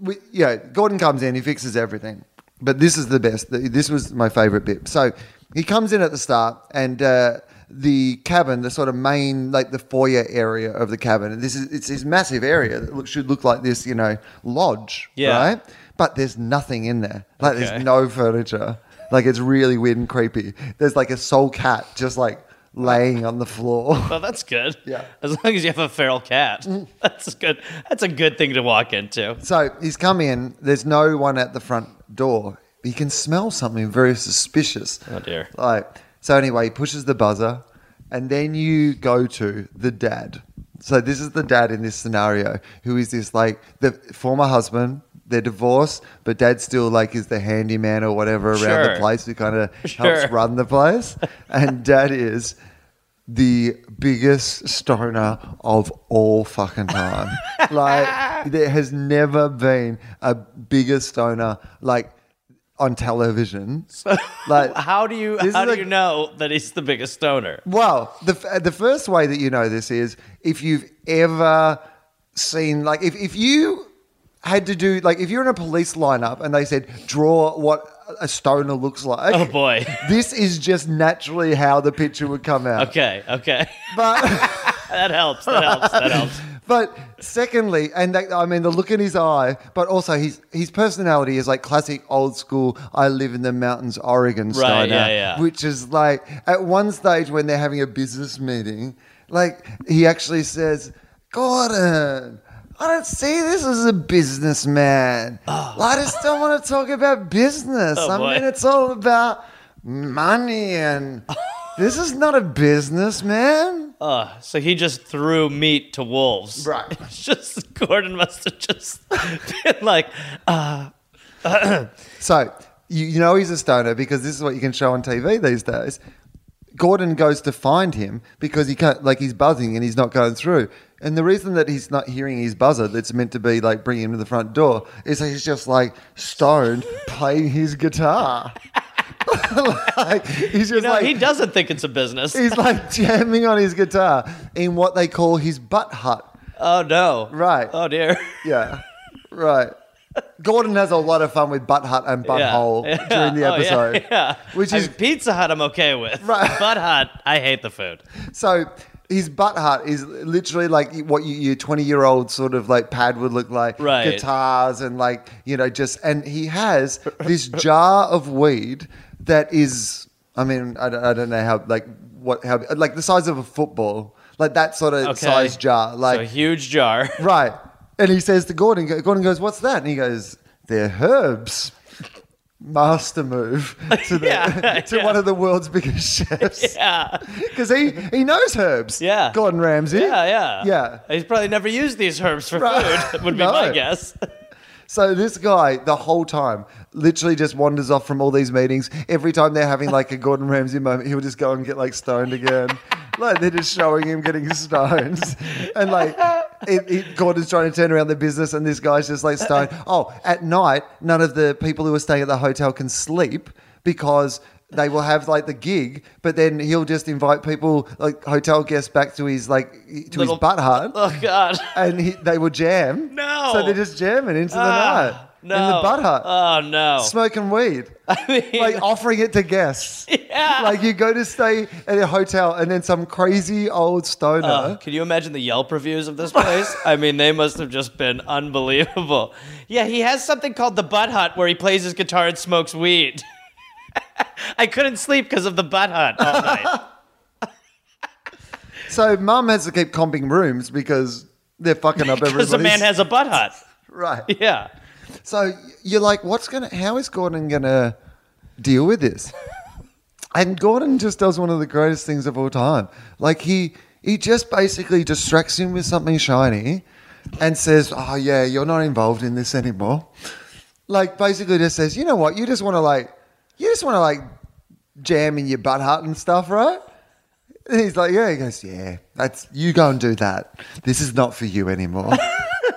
S1: we, you know, Gordon comes in, he fixes everything. But this is the best. This was my favorite bit. So he comes in at the start, and uh, the cabin, the sort of main, like the foyer area of the cabin. And this is it's this massive area that look, should look like this, you know, lodge,
S3: Yeah.
S1: right? But there's nothing in there. Like
S3: Okay.
S1: there's no furniture. Like it's really weird and creepy. There's like a soul cat just like laying on the floor.
S3: Well, that's good.
S1: Yeah. Mm.
S3: As long as you have a feral cat, that's good. That's a good thing to walk into.
S1: So he's come in. There's no one at the front door. He can smell something very suspicious.
S3: Oh, dear.
S1: Like so. Anyway, he pushes the buzzer, and then you go to the dad. So this is the dad in this scenario, who is this like the former husband. They're divorced, but dad still like is the handyman or whatever around
S3: Sure.
S1: the place who kind of
S3: Sure.
S1: helps run the place. And dad is the biggest stoner of all fucking time. like there has never been a bigger stoner like on television. like
S3: How do you
S1: This
S3: how
S1: is
S3: do
S1: a-
S3: you know that he's the biggest stoner?
S1: well, the f- the first way that you know this is if you've ever seen like if if you had to do like if you're in a police lineup and they said draw what a stoner looks like.
S3: Oh boy.
S1: This is just naturally how the picture would come out.
S3: Okay, okay.
S1: But
S3: That helps. That helps. That helps.
S1: But secondly, and that, I mean the look in his eye, but also his his personality is like classic old school. I live in the mountains, Oregon
S3: Right,
S1: style,
S3: yeah, yeah.
S1: which is like at one stage when they're having a business meeting, like he actually says, "Gordon." I don't see this as a businessman. I just don't want to talk about business. I
S3: Oh. boy.
S1: mean, it's all about money, and this is not a businessman.
S3: Uh, so he just threw meat to wolves.
S1: Right.
S3: It's just Gordon must have just been like, uh,
S1: So you, you know he's a stoner because this is what you can show on TV these days. Gordon goes to find him because he can't, like he's buzzing and he's not going through. And the reason that he's not hearing his buzzer that's meant to be like bringing him to the front door is that he's just like stoned playing his guitar. like he's just
S3: you know,
S1: like
S3: he doesn't think it's a business.
S1: he's like jamming on his guitar in what they call his butt hut.
S3: Oh no.
S1: Right.
S3: Oh dear.
S1: Yeah. Right. Gordon has a lot of fun with butt hut and
S3: Yeah,
S1: butthole
S3: yeah.
S1: during the
S3: Oh, yeah,
S1: episode.
S3: yeah.
S1: Which
S3: I
S1: is
S3: mean, Pizza Hut. I'm okay with.
S1: Right.
S3: But Hut, I hate the food.
S1: so his butt hut is literally like what you, your 20 year old sort of like pad would look like
S3: Right.
S1: guitars and like you know just and he has this jar of weed that is i mean i don't, I don't know how like what how like the size of a football like that sort of
S3: Okay.
S1: size jar like
S3: so huge jar.
S1: Right. And he says to Gordon, Gordon goes, What's that? And he goes, They're herbs. Master move to, the,
S3: Yeah,
S1: to
S3: yeah.
S1: one of the world's biggest chefs.
S3: Yeah.
S1: Because he, he knows herbs.
S3: Yeah.
S1: Gordon Ramsay.
S3: Yeah, yeah.
S1: Yeah.
S3: He's probably never used these herbs for
S1: Right.
S3: food, would be
S1: No.
S3: my guess.
S1: So this guy, the whole time, literally just wanders off from all these meetings. Every time they're having like a Gordon Ramsay moment, he'll just go and get like stoned again. like they're just showing him getting stoned, and like it, it, Gordon's trying to turn around the business, and this guy's just like stoned. Oh, at night, none of the people who are staying at the hotel can sleep because. They will have like the gig, but then he'll just invite people, like hotel guests, back to his like to
S3: Little-
S1: his butt hut
S3: Oh God.
S1: and he, they would jam.
S3: No.
S1: So they're just jamming into the
S3: Ah,
S1: night in the butt hut,
S3: Oh no.
S1: smoking weed,
S3: I mean,
S1: like offering it to guests.
S3: yeah.
S1: Like you go to stay at a hotel, and then some crazy old stoner.
S3: Oh, can you imagine the Yelp reviews of this place? I mean, they must have just been unbelievable. Yeah, he has something called the Butt Hut where he plays his guitar and smokes weed. I couldn't sleep because of the Butt Hut all night.
S1: So mum has to keep comping rooms because they're fucking up everybody's.
S3: Because the man has a Butt Hut.
S1: right.
S3: Yeah.
S1: So you're like, what's gonna? How is Gordon gonna deal with this? And Gordon just does one of the greatest things of all time. Like he he just basically distracts him with something shiny and says, "Oh yeah, you're not involved in this anymore." Like basically just says, "You know what? You just want to like you just want to like jam in your butt hut and stuff, right?" And he's like, "Yeah." He goes, "Yeah, that's you go and do that. This is not for you anymore."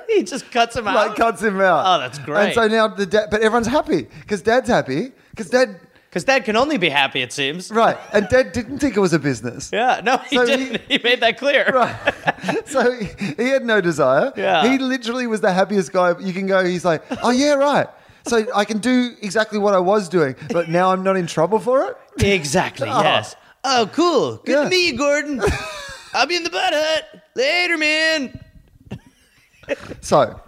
S3: He just cuts him
S1: like
S3: out.
S1: cuts him out.
S3: Oh, that's great.
S1: And so now the dad, but everyone's happy because dad's happy because dad,
S3: Because Dad can only be happy, it seems.
S1: right? And dad didn't think it was a business.
S3: Yeah, no, he
S1: So he-
S3: didn't. He, made that clear.
S1: Right. so he, he had no desire.
S3: Yeah.
S1: He literally was the happiest guy. You can go, he's like, oh, yeah, right. So I can do exactly what I was doing, but now I'm not in trouble for it.
S3: Exactly, yes. Oh, cool. Good
S1: Yeah.
S3: to meet you, Gordon. I'll be in the butt hut. Later, man.
S1: So,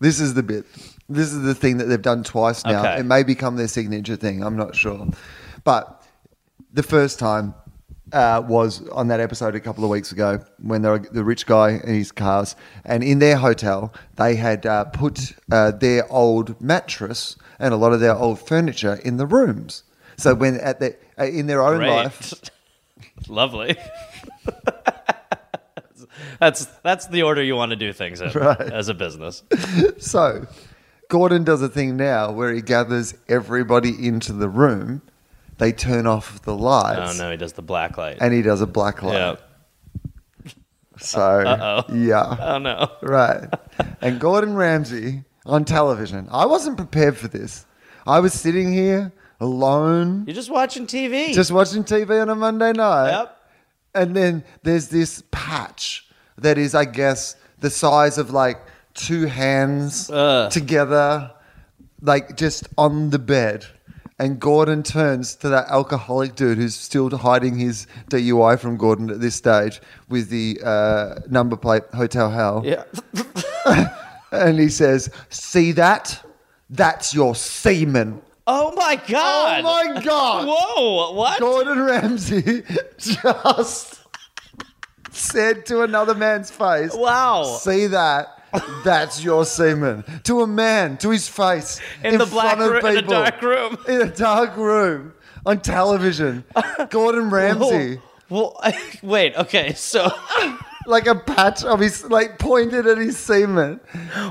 S1: this is the bit. This is the thing that they've done twice now.
S3: Okay.
S1: It may become their signature thing. I'm not sure. But the first time uh, was on that episode a couple of weeks ago when they were the rich guy and his cars. And in their hotel, they had uh, put uh, their old mattress and a lot of their old furniture in the rooms. So, when at the, uh, in their own
S3: Great.
S1: life,
S3: Lovely. that's that's the order you want to do things in as a business.
S1: So, Gordon does a thing now where he gathers everybody into the room. They turn off the
S3: Oh
S1: lights,
S3: no, he does the black light.
S1: and he does a black light.
S3: Yeah.
S1: So,
S3: uh-oh.
S1: yeah,
S3: Oh no.
S1: right. And Gordon Ramsay on television. I wasn't prepared for this. I was sitting here alone,
S3: You're just watching TV.
S1: just watching TV on a Monday night.
S3: yep.
S1: And then there's this patch that is, I guess, the size of like two hands
S3: Ugh.
S1: together, like just on the bed. And Gordon turns to that alcoholic dude who's still hiding his DUI from Gordon at this stage with the uh, number plate Hotel Hell.
S3: Yeah.
S1: And he says, See that? That's your semen.
S3: Oh my
S1: Oh
S3: god.
S1: my God.
S3: Whoa. What?
S1: Gordon Ramsay just said to another man's face,
S3: Wow.
S1: See that? That's your semen. To a man, to his face,
S3: In the black
S1: front of
S3: roo- in a
S1: people,
S3: dark room.
S1: in a dark room on television. Gordon Ramsay,
S3: Well, wait. Okay. So
S1: like a patch of his, like pointed at his semen.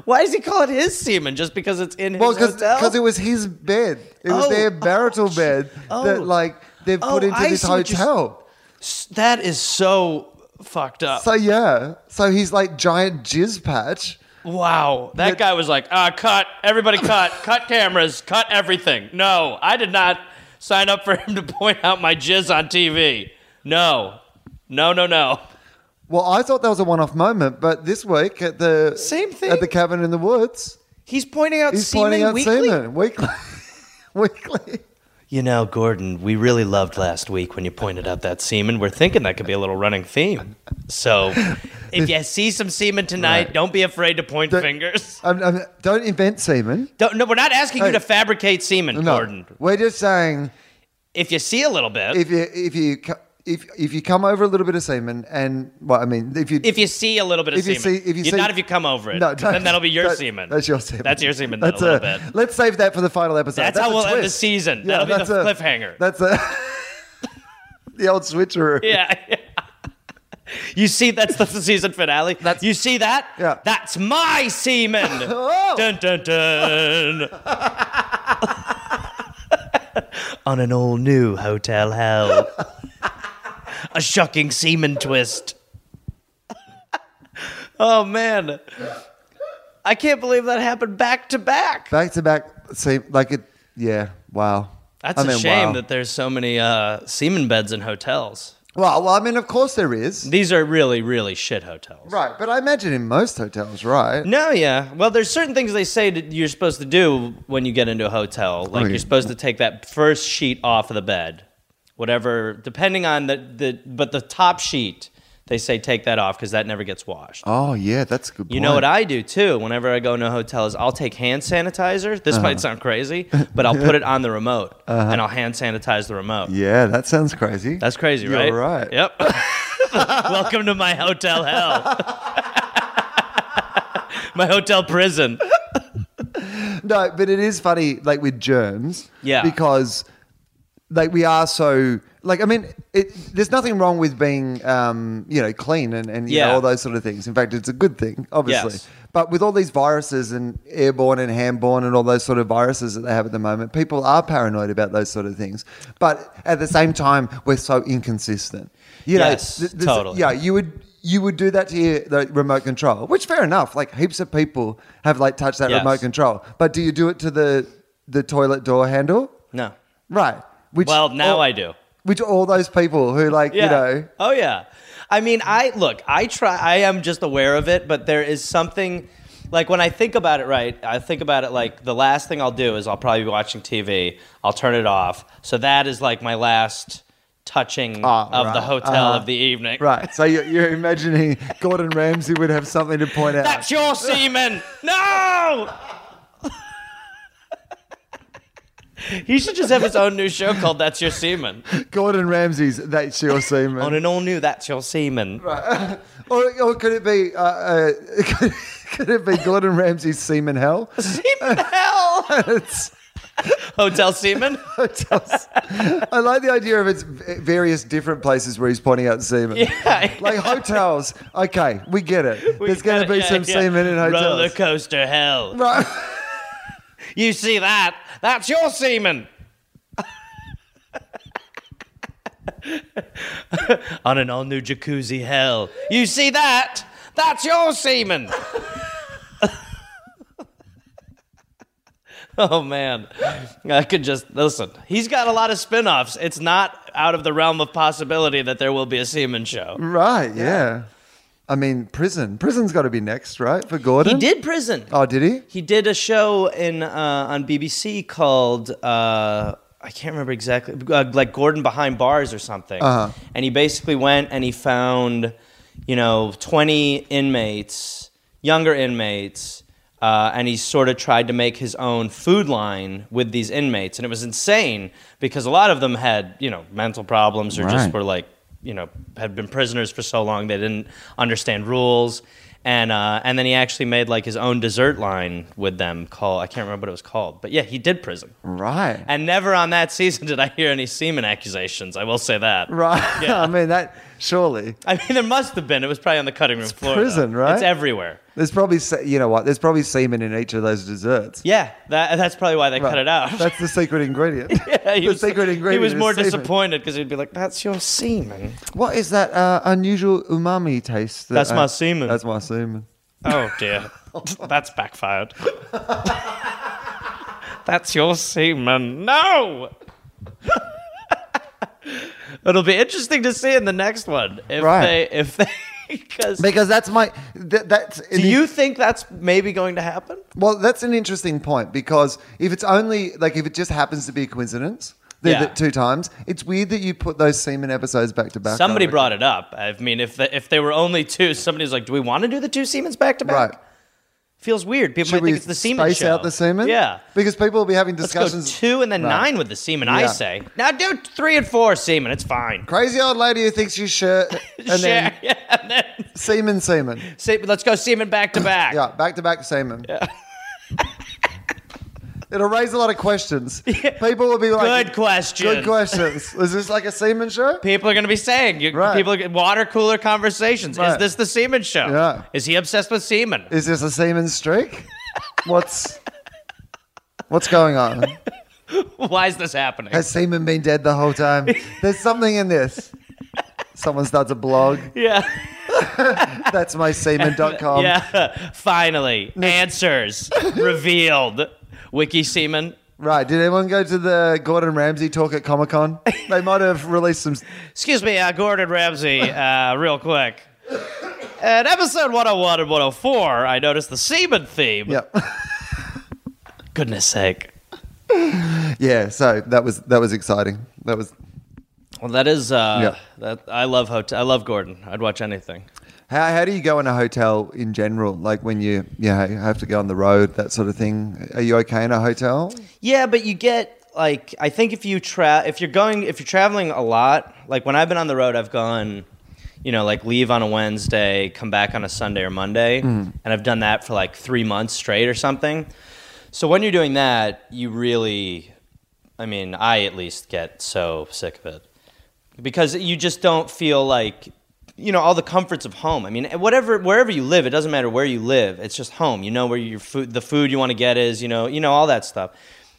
S3: why does he call it his semen? Just because it's in his
S1: Well,
S3: hotel?
S1: because it was his bed. It was
S3: Oh,
S1: their marital
S3: oh, sh-
S1: bed
S3: oh.
S1: that, like, they've
S3: Oh,
S1: put into
S3: I
S1: this
S3: see what you s-
S1: hotel.
S3: that is so fucked up.
S1: So yeah, so he's like giant jizz patch.
S3: Wow, that guy was like, uh, cut, everybody cut, cut cameras, cut everything. No, I did not sign up for him to point out my jizz on TV. No, no, no, no.
S1: Well, I thought that was a one-off moment, but this week at the
S3: Same thing.
S1: at the cabin in the woods,
S3: He's pointing out
S1: he's pointing out semen weekly, weekly.
S3: You know, Gordon, we really loved last week when you pointed out that semen. We're thinking that could be a little running theme. So if you see some semen tonight, don't be afraid to point
S1: The-
S3: fingers.
S1: Um, um, don't invent semen.
S3: Don't, no, we're not asking
S1: Hey.
S3: you to fabricate semen,
S1: No,
S3: Gordon.
S1: we're just saying
S3: If you see a little bit,
S1: if you if you co- if if you come over a little bit of semen and well, I mean if you
S3: If you see a little bit of
S1: If you
S3: semen,
S1: see- if you
S3: You-
S1: see-
S3: not if you come over it,
S1: No, don't-
S3: then that'll be your
S1: that-
S3: semen.
S1: That's your semen.
S3: That's your semen. Then
S1: That's
S3: a little bit.
S1: Let's save that for the final episode.
S3: That's how
S1: a
S3: we'll end the
S1: twist.
S3: season. That'll be the
S1: that's a-
S3: cliffhanger.
S1: That's a the old switcheroo.
S3: Yeah. you see, that's the season finale. That's, you see that?
S1: Yeah. Oh.
S3: That's my semen. Dun dun dun. On an all new hotel hell. A shocking semen twist. oh man. I can't believe that happened back to back.
S1: back to back see like it yeah wow
S3: That's
S1: I
S3: a
S1: mean,
S3: shame
S1: wow.
S3: that there's so many uh, semen beds in hotels.
S1: well well i mean of course there is
S3: These are really, really shit hotels.
S1: right but i imagine in most hotels right
S3: No, yeah. Well, there's certain things they say that you're supposed to do when you get into a hotel. Like
S1: yeah.
S3: you're supposed to take that first sheet off of the bed, whatever. Depending on the, the but the top sheet, they say take that off because that never gets washed.
S1: oh yeah that's a good
S3: You know what I do too. Whenever I go into a hotel, is I'll take hand sanitizer. This
S1: Uh-huh.
S3: might sound crazy, but I'll put it on the remote and I'll hand sanitize the remote.
S1: yeah that sounds crazy
S3: That's crazy,
S1: You're
S3: right?
S1: right.
S3: Yep. Welcome to my hotel hell. my hotel prison.
S1: no but it is funny like with germs
S3: Yeah.
S1: because like we are so like i mean it, there's nothing wrong with being um, you know clean and, and you
S3: Yeah.
S1: know all those sort of things in fact it's a good thing obviously
S3: Yes.
S1: but with all these viruses and airborne and handborne and all those sort of viruses that they have at the moment people are paranoid about those sort of things but at the same time we're so inconsistent you
S3: Yes,
S1: know th- this-
S3: totally.
S1: yeah you would you would do that to your the remote control which fair enough like heaps of people have like touched that
S3: Yes.
S1: remote control but do you do it to the the toilet door handle
S3: No.
S1: Right. Which
S3: Well, now
S1: all-
S3: I do.
S1: Which all those people who like
S3: Yeah.
S1: you know
S3: Oh yeah. I mean, I look, I try I am just aware of it, but there is something like when I think about it right, I think about it like the last thing I'll do is I'll probably be watching TV. I'll turn it off. So that is like my last touching
S1: Ah,
S3: of the
S1: right.
S3: hotel
S1: Uh-huh.
S3: of the evening.
S1: Right. So you're, you're imagining Gordon Ramsay would have something to point out.
S3: That's your semen. No. he should just have his own new show called "That's Your Semen"
S1: Gordon Ramsay's That's Your Semen.
S3: on an all-new "That's Your Semen."
S1: Or, or could it be uh, uh, could, could it be Gordon Ramsay's Semen Hell?
S3: Semen hell.
S1: It's-
S3: Hotel semen.
S1: I like the idea of it's v- various different places where he's pointing out semen.
S3: Yeah.
S1: Like hotels. Okay, we get it.
S3: We
S1: There's going to be
S3: gotta- yeah,
S1: some
S3: yeah.
S1: semen in
S3: Roller
S1: hotels.
S3: coaster hell.
S1: Right.
S3: You see that? That's your semen. On an all new jacuzzi hell. You see that? That's your semen. oh man. I could just listen. He's got a lot of spin offs. It's not out of the realm of possibility that there will be a semen show.
S1: Right, yeah. I mean, prison. Prison's got to be next, right, for Gordon?
S3: He did prison.
S1: Oh, did he?
S3: He did a show in uh, on BBC called uh, I can't remember exactly, uh, like Gordon Behind Bars or something.
S1: Uh-huh.
S3: And he basically went and he found, you know, twenty inmates, younger inmates, uh, and he sort of tried to make his own food line with these inmates, and it was insane because a lot of them had you know mental problems or just
S1: Right.
S3: were like you know had been prisoners for so long they didn't understand rules and uh, and then he actually made like his own dessert line with them called I can't remember what it was called but yeah he did prison
S1: Right.
S3: and never on that season did I hear any semen accusations I will say that
S1: right.
S3: Yeah.
S1: I mean, that surely.
S3: I mean there must have been it was probably on the cutting room floor though.
S1: prison, right?
S3: it's everywhere
S1: There's probably, se- you know what? There's probably semen in each of those desserts.
S3: yeah that, that's probably why they cut it out
S1: That's the secret ingredient.
S3: Yeah, he
S1: the
S3: was,
S1: secret ingredient.
S3: he was
S1: is
S3: more
S1: semen.
S3: disappointed because he'd be like that's your semen
S1: What is that uh, unusual umami taste? that
S3: That's my
S1: I-
S3: semen.
S1: That's my semen.
S3: Oh dear. That's backfired. That's your semen. No! It'll be interesting to see in the next one if
S1: Right.
S3: they if they because
S1: Because that's my th- that's
S3: do you think that's maybe going to happen?
S1: well that's an interesting point because if it's only like if it just happens to be a coincidence the,
S3: Yeah.
S1: the two times it's weird that you put those semen episodes back to back.
S3: Somebody
S1: I reckon.
S3: brought it up. I mean, if the, if they were only two, somebody's like, "Do we want to do the two semens back to back?"
S1: right.
S3: Feels weird. People
S1: Should
S3: might
S1: we
S3: think it's the semen
S1: space
S3: show.
S1: out the semen?
S3: Yeah.
S1: because people will be having
S3: Let's go
S1: discussions.
S3: two and then
S1: Right.
S3: nine with the semen. I
S1: Yeah.
S3: say now do three and four semen. It's fine.
S1: Crazy old lady who thinks you shirt and then
S3: Share- yeah, and then
S1: semen semen.
S3: Say, let's go semen back to back.
S1: Yeah, back to back semen. Yeah. It'll raise a lot of questions. People will be like,
S3: Good question.
S1: Good questions. Is this like a semen show?
S3: People are going to be saying, you,
S1: Right.
S3: people are, water cooler conversations. Is
S1: Right.
S3: this the semen show?
S1: Yeah.
S3: Is he obsessed with semen?
S1: Is this a semen streak? What's what's going on?
S3: Why is this happening?
S1: Has semen been dead the whole time? There's something in this. Someone starts a blog.
S3: yeah.
S1: That's my semen.com.
S3: yeah. Finally, answers revealed. Wiki semen.
S1: Right. Did anyone go to the Gordon Ramsay talk at Comic Con? They might have released some.
S3: Excuse me, uh, Gordon Ramsay, uh, real quick. At episode 101 and 104, I noticed the semen theme.
S1: Yeah.
S3: Goodness sake.
S1: Yeah. So that was that was exciting. That was
S3: Well, that is, uh,
S1: Yeah.
S3: that, I love hotel. I love Gordon. I'd watch anything.
S1: How, how do you go in a hotel in general? Like when you you know, have to go on the road, that sort of thing. Are you okay in a hotel?
S3: Yeah, but you get like I think if you tra if you're going if you're traveling a lot, like when I've been on the road, I've gone, you know, like leave on a Wednesday, come back on a Sunday or Monday, and I've done that for like three months straight or something. So when you're doing that, you really, I mean, I at least get so sick of it because you just don't feel like you know all the comforts of home. I mean, whatever wherever you live, it doesn't matter where you live. It's just home. You know where your food, the food you want to get is. You know, you know all that stuff.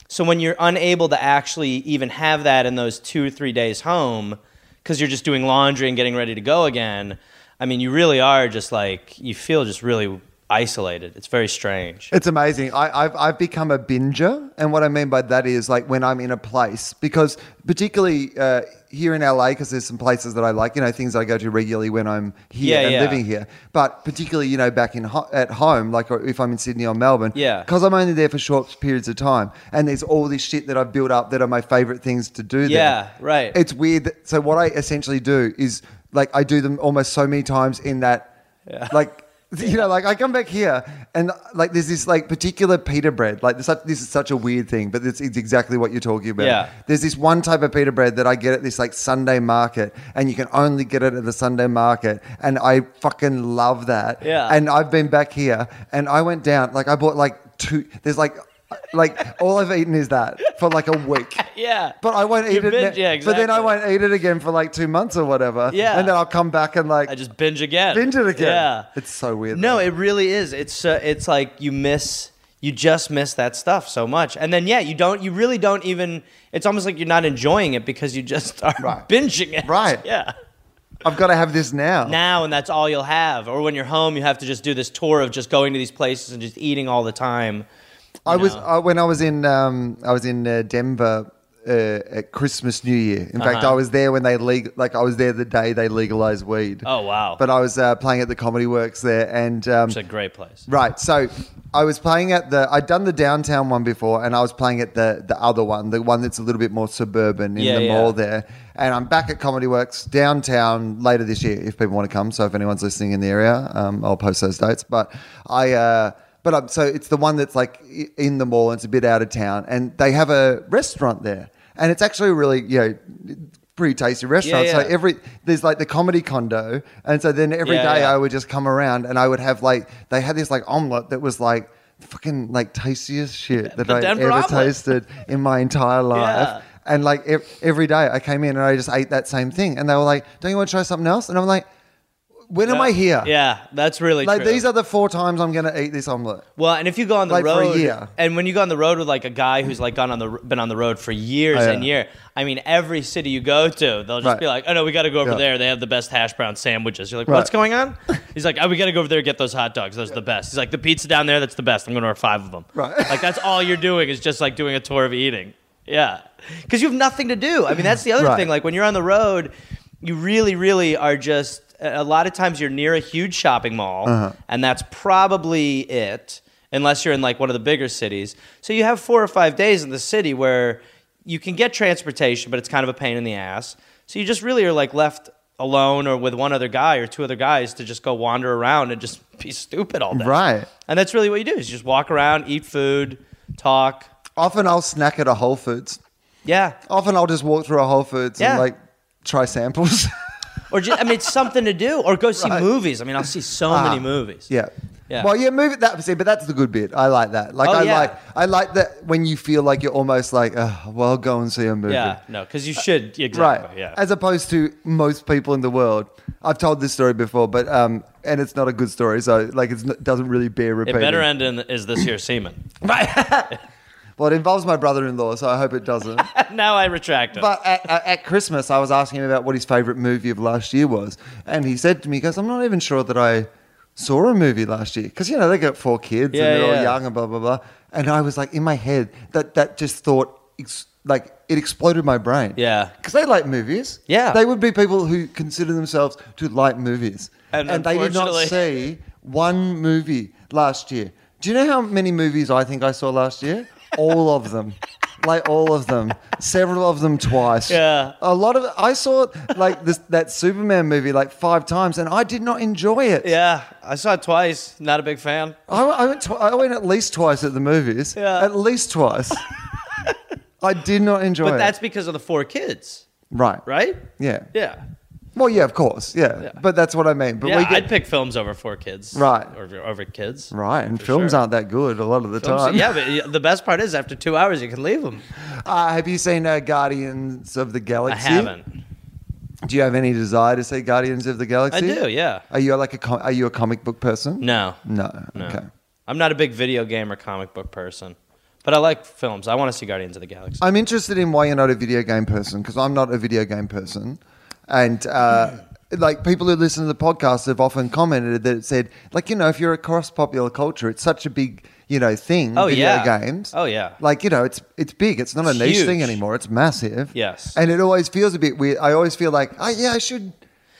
S3: So when you're unable to actually even have that in those two or three days home, because you're just doing laundry and getting ready to go again, I mean, you really are just like you feel just really isolated. It's very strange.
S1: It's amazing. I, I've I've become a binger, and what I mean by that is like when I'm in a place because particularly uh, here in LA, because there's some places that I like, you know, things I go to regularly when I'm here
S3: Yeah,
S1: and
S3: yeah.
S1: living here. But particularly, you know, back in ho- at home, like or if I'm in Sydney or Melbourne,
S3: Yeah.
S1: because I'm only there for short periods of time, and there's all this shit that I've built up that are my favorite things to do.
S3: Yeah,
S1: there.
S3: right.
S1: It's weird. That, so what I essentially do is like I do them almost so many times in that, like you know, like I come back here and like there's this like particular pita bread. Like this, this is such a weird thing, but it's, it's exactly what you're talking about.
S3: Yeah.
S1: There's this one type of pita bread that I get at this like Sunday market, and you can only get it at the Sunday market, and I fucking love that.
S3: Yeah.
S1: And I've been back here, and I went down like I bought like two. There's like. Like all I've eaten is that for like a week.
S3: Yeah.
S1: But I won't
S3: You
S1: eat it.
S3: binge-
S1: ne-
S3: yeah,
S1: But then I
S3: exactly.
S1: won't eat it again for like two months or whatever.
S3: Yeah.
S1: And then I'll come back and like
S3: I just binge again.
S1: binge it again.
S3: Yeah.
S1: It's so weird.
S3: No,
S1: though.
S3: it really is. It's uh, it's like you miss you just miss that stuff so much. And then yeah, you don't you really don't even it's almost like you're not enjoying it because you just are
S1: Right.
S3: binging it.
S1: Right.
S3: Yeah.
S1: I've got to have this now.
S3: Now and that's all you'll have. Or when you're home, you have to just do this tour of just going to these places and just eating all the time.
S1: I was
S3: know.
S1: I, when I was in um, I was in uh, Denver uh, at Christmas New Year. In
S3: Uh-huh.
S1: fact, I was there when they legal like I was there the day they legalized weed.
S3: Oh, wow.
S1: But I was uh, playing at the Comedy Works there, and um,
S3: It's a great place.
S1: Right. So I was playing at the I'd done the downtown one before and I was playing at the the other one, the one that's a little bit more suburban in
S3: Yeah,
S1: the
S3: yeah.
S1: mall there. And I'm back at Comedy Works downtown later this year if people want to come. So if anyone's listening in the area, um, I'll post those dates. But I uh but I'm, so it's the one that's like i- in the mall. And it's a bit out of town, and they have a restaurant there, and it's actually really you know pretty tasty restaurant. So
S3: yeah.
S1: every there's like the comedy condo, and so then every day
S3: Yeah, yeah.
S1: I would just come around and I would have like they had this like omelet that was like fucking like tastiest shit that I ever
S3: Denver omelet.
S1: tasted in my entire life.
S3: Yeah.
S1: And like ev- every day I came in and I just ate that same thing, and they were like, "Don't you want to try something else?" And I'm like, "When am I here?"
S3: Yeah, that's really
S1: Like
S3: true.
S1: these are the four times I'm gonna eat this omelet.
S3: Well, and if you go on the
S1: Like, for a
S3: road,
S1: year.
S3: and when you go on the road with like a guy who's like gone on the been on the road for years
S1: Oh, yeah.
S3: and year, I mean, every city you go to, they'll just
S1: Right.
S3: be like, "Oh no, we got to go over
S1: Yeah.
S3: there. They have the best hash brown sandwiches." You're like,
S1: Right.
S3: "What's going on?" He's like, "Oh, we got to go over there and get those hot dogs. Those are the best." He's like, "The pizza down there, that's the best. I'm going to order five of them."
S1: Right.
S3: Like that's all you're doing is just like doing a tour of eating. Yeah, because you have nothing to do. I mean, that's the other
S1: Right.
S3: thing. Like when you're on the road, you really, really are just. A a lot of times you're near a huge shopping mall, and that's probably it, unless you're in like one of the bigger cities. So you have four or five days in the city where you can get transportation, but it's kind of a pain in the ass. So you just really are like left alone or with one other guy or two other guys to just go wander around and just be stupid all day.
S1: Right.
S3: And that's really what you do is you just walk around, eat food, talk.
S1: Often I'll snack at a Whole Foods.
S3: Yeah.
S1: Often I'll just walk through a Whole Foods and
S3: Yeah.
S1: like try samples.
S3: Or just, I mean, it's something to do. Or go see
S1: Right. Ah,
S3: movies. I mean, I'll see so many movies.
S1: yeah.
S3: Yeah.
S1: Well, yeah, move it that see, but that's the good bit. I like that. Like
S3: Oh,
S1: I
S3: yeah.
S1: like I like that when you feel like you're almost like, "Ugh, well, I'll go and see a movie.
S3: Yeah. No, because you should. Exactly.
S1: Right.
S3: Yeah.
S1: As opposed to most people in the world. I've told this story before, but um and it's not a good story, so like it's it doesn't really bear
S3: it
S1: repeating.
S3: better end in is this here semen.
S1: well, it involves my brother-in-law, so I hope it doesn't.
S3: now I retract it.
S1: But at, at, at Christmas, I was asking him about what his favorite movie of last year was, and he said to me, "He goes, I'm not even sure that I saw a movie last year because you know they got four kids
S3: Yeah,
S1: and they're all
S3: yeah.
S1: young and blah blah blah." And I was like, in my head, that that just thought ex- like it exploded my brain.
S3: Yeah.
S1: because they like movies.
S3: Yeah.
S1: they would be people who consider themselves to like movies,
S3: And
S1: they did not
S3: unfortunately-
S1: see one movie last year. Do you know how many movies I think I saw last year? All of them. Like all of them, several of them twice.
S3: Yeah.
S1: a lot of I saw like this that Superman movie like five times, and I did not enjoy it.
S3: yeah. I saw it twice. Not a big fan.
S1: I, I went. Tw- I went at least twice at the movies.
S3: Yeah.
S1: at least twice. I did not enjoy
S3: But
S1: it.
S3: that's because of the four kids,
S1: right.
S3: right?
S1: Yeah.
S3: Yeah.
S1: Well, yeah, of course. Yeah.
S3: Yeah.
S1: But that's what I mean. But
S3: Yeah.
S1: we get
S3: I'd pick films over four kids.
S1: Right.
S3: Or over, over kids.
S1: right, and
S3: For
S1: films
S3: sure.
S1: aren't that good a lot of the
S3: Films-
S1: time.
S3: yeah, but yeah, the best part is after two hours you can leave them.
S1: Uh, have you seen uh, Guardians of the
S3: I
S1: Galaxy?
S3: haven't.
S1: Do you have any desire to see Guardians of the Galaxy?
S3: I do. Yeah.
S1: Are you like a com- Are you a comic book person?
S3: No.
S1: No.
S3: No.
S1: Okay.
S3: I'm not a big video game or comic book person, but I like films. I want to see Guardians of the Galaxy.
S1: I'm interested in why you're not a video game person because I'm not a video game person, and uh, like people who listen to the podcast have often commented that it said, like, you know, if you're across popular culture, it's such a big, you know, thing.
S3: Oh,
S1: video
S3: yeah.
S1: games.
S3: Oh, yeah.
S1: Like, you know, it's it's big. It's not
S3: It's
S1: a niche
S3: huge.
S1: thing anymore. It's massive.
S3: Yes.
S1: And it always feels a bit weird. I always feel like, oh yeah, I should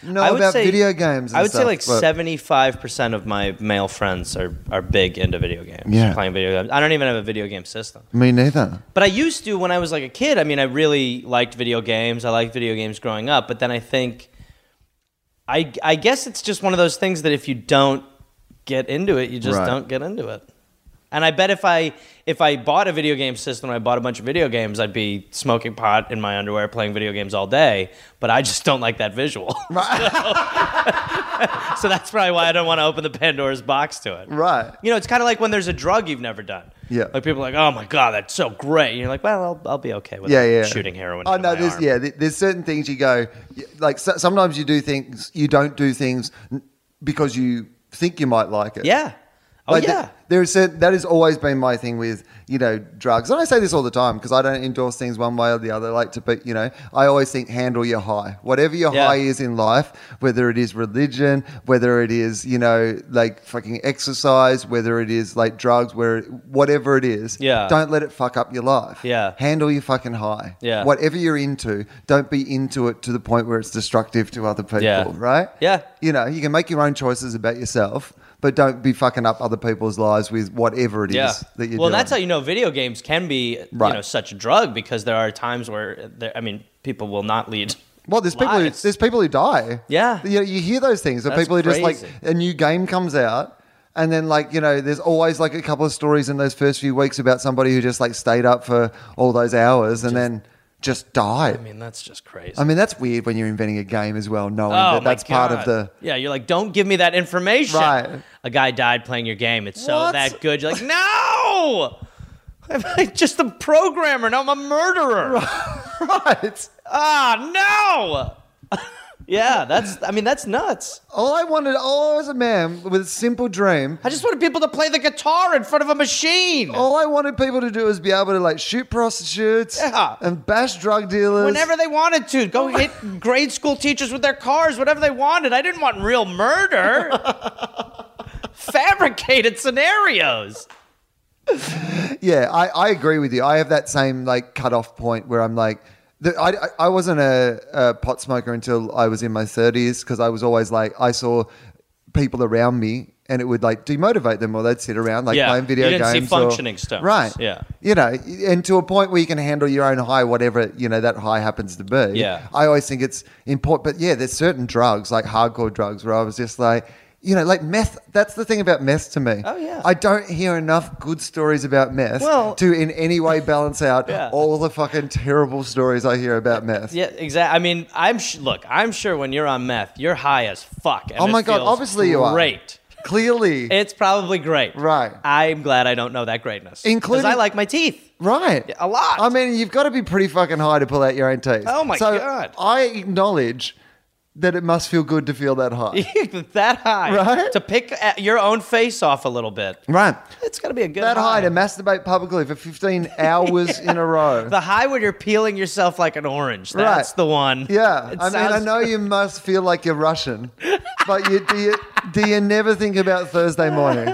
S1: know
S3: I would
S1: about
S3: say-
S1: video games. And
S3: I would say
S1: stuff,"
S3: like
S1: but-
S3: seventy-five percent of my male friends are, are big into video games.
S1: Yeah.
S3: playing video games. I don't even have a video game system.
S1: Me neither.
S3: But I used to when I was like a kid. I mean, I really liked video games. I liked video games growing up. But then I think, I I guess it's just one of those things that if you don't get into it, you just
S1: Right.
S3: don't get into it. And I bet if I if I bought a video game system, I bought a bunch of video games, I'd be smoking pot in my underwear, playing video games all day. But I just don't like that visual. so, so that's probably why I don't want to open the Pandora's box to it.
S1: Right.
S3: You know, it's kind of like when there's a drug you've never done.
S1: Yeah.
S3: Like people are like, oh my god, that's so great. And you're like, well, I'll, I'll be okay with
S1: yeah,
S3: it.
S1: yeah.
S3: shooting heroin.
S1: Oh
S3: into
S1: no,
S3: my
S1: there's
S3: arm.
S1: yeah, there- there's certain things you go like so, sometimes you do things you don't do things n- because you think you might like it.
S3: yeah. Oh
S1: Like,
S3: yeah.
S1: th- there is certain, that has always been my thing with you know drugs, and I say this all the time because I don't endorse things one way or the other. Like to, but you know, I always think handle your high, whatever your
S3: Yeah.
S1: high is in life, whether it is religion, whether it is you know like fucking exercise, whether it is like drugs, where whatever it is,
S3: Yeah.
S1: don't let it fuck up your life.
S3: Yeah.
S1: handle your fucking high.
S3: Yeah.
S1: whatever you're into, don't be into it to the point where it's destructive to other people.
S3: Yeah.
S1: right?
S3: Yeah.
S1: you know, you can make your own choices about yourself, but don't be fucking up other people's lives with whatever it is
S3: yeah.
S1: that you're
S3: well,
S1: doing.
S3: that's how you know video games can be
S1: Right.
S3: you know such a drug because there are times where there, I mean people will not lead.
S1: well, there's people who,
S3: lies.
S1: there's people who die.
S3: Yeah.
S1: you, know, you hear those things. That
S3: That's
S1: people who just like
S3: crazy.
S1: a new game comes out, and then like you know, there's always like a couple of stories in those first few weeks about somebody who just like stayed up for all those hours and then just died.
S3: I mean that's just crazy.
S1: I mean, that's weird when you're inventing a game as well, knowing
S3: oh
S1: that
S3: my
S1: that's part of
S3: God.
S1: the.
S3: yeah. You're like, don't give me that information.
S1: Right.
S3: A guy died playing your game. It's so
S1: What?
S3: that good. You're like, no. I'm just a programmer. No, I'm a murderer.
S1: Right.
S3: Ah, no! yeah, that's, I mean, that's nuts.
S1: All I wanted, all I was a man with a simple dream
S3: I just wanted people to play the guitar in front of a machine.
S1: All I wanted people to do was be able to like shoot prostitutes
S3: Yeah.
S1: and bash drug dealers.
S3: Whenever they wanted to,
S1: Oh.
S3: go hit grade school teachers with their cars, whatever they wanted. I didn't want real murder. Fabricated scenarios.
S1: yeah, I, I agree with you. I have that same like cutoff point where I'm like, the, I, I- I wasn't a, a pot smoker until I was in my 30s because I was always like, I saw people around me and it would like demotivate them or they'd sit around like
S3: Yeah,
S1: playing video
S3: you didn't see
S1: games. or-
S3: functioning stones.
S1: Right.
S3: Yeah.
S1: You know, and to a point where you can handle your own high, whatever, you know, that high happens to be.
S3: Yeah.
S1: I always think it's important. But yeah, there's certain drugs, like hardcore drugs, where I was just like, you know, like meth. That's the thing about meth to me.
S3: Oh, yeah.
S1: I don't hear enough good stories about meth
S3: Well-
S1: to in any way balance out
S3: Yeah.
S1: all the fucking terrible stories I hear about meth.
S3: Yeah, exactly. I mean, I'm sh- look. I'm sure when you're on meth, you're high as fuck. and
S1: Oh
S3: it
S1: my God,
S3: feels
S1: obviously you are.
S3: Great.
S1: Clearly.
S3: It's probably great.
S1: Right.
S3: I'm glad I don't know that greatness. Because
S1: Including-
S3: I like my teeth.
S1: Right.
S3: A lot.
S1: I mean, you've got to be pretty fucking high to pull out your own teeth.
S3: Oh my
S1: so
S3: God.
S1: I acknowledge that it must feel good to feel that high.
S3: that high.
S1: Right?
S3: To pick at your own face off a little bit.
S1: right.
S3: It's got to be a good
S1: That
S3: high.
S1: high to masturbate publicly for 15 hours in a row.
S3: the high when you're peeling yourself like an orange.
S1: Right.
S3: That's the one.
S1: Yeah,
S3: It
S1: I mean, I
S3: sounds-
S1: know you must feel like you're Russian, but you, do you do you never think about Thursday morning?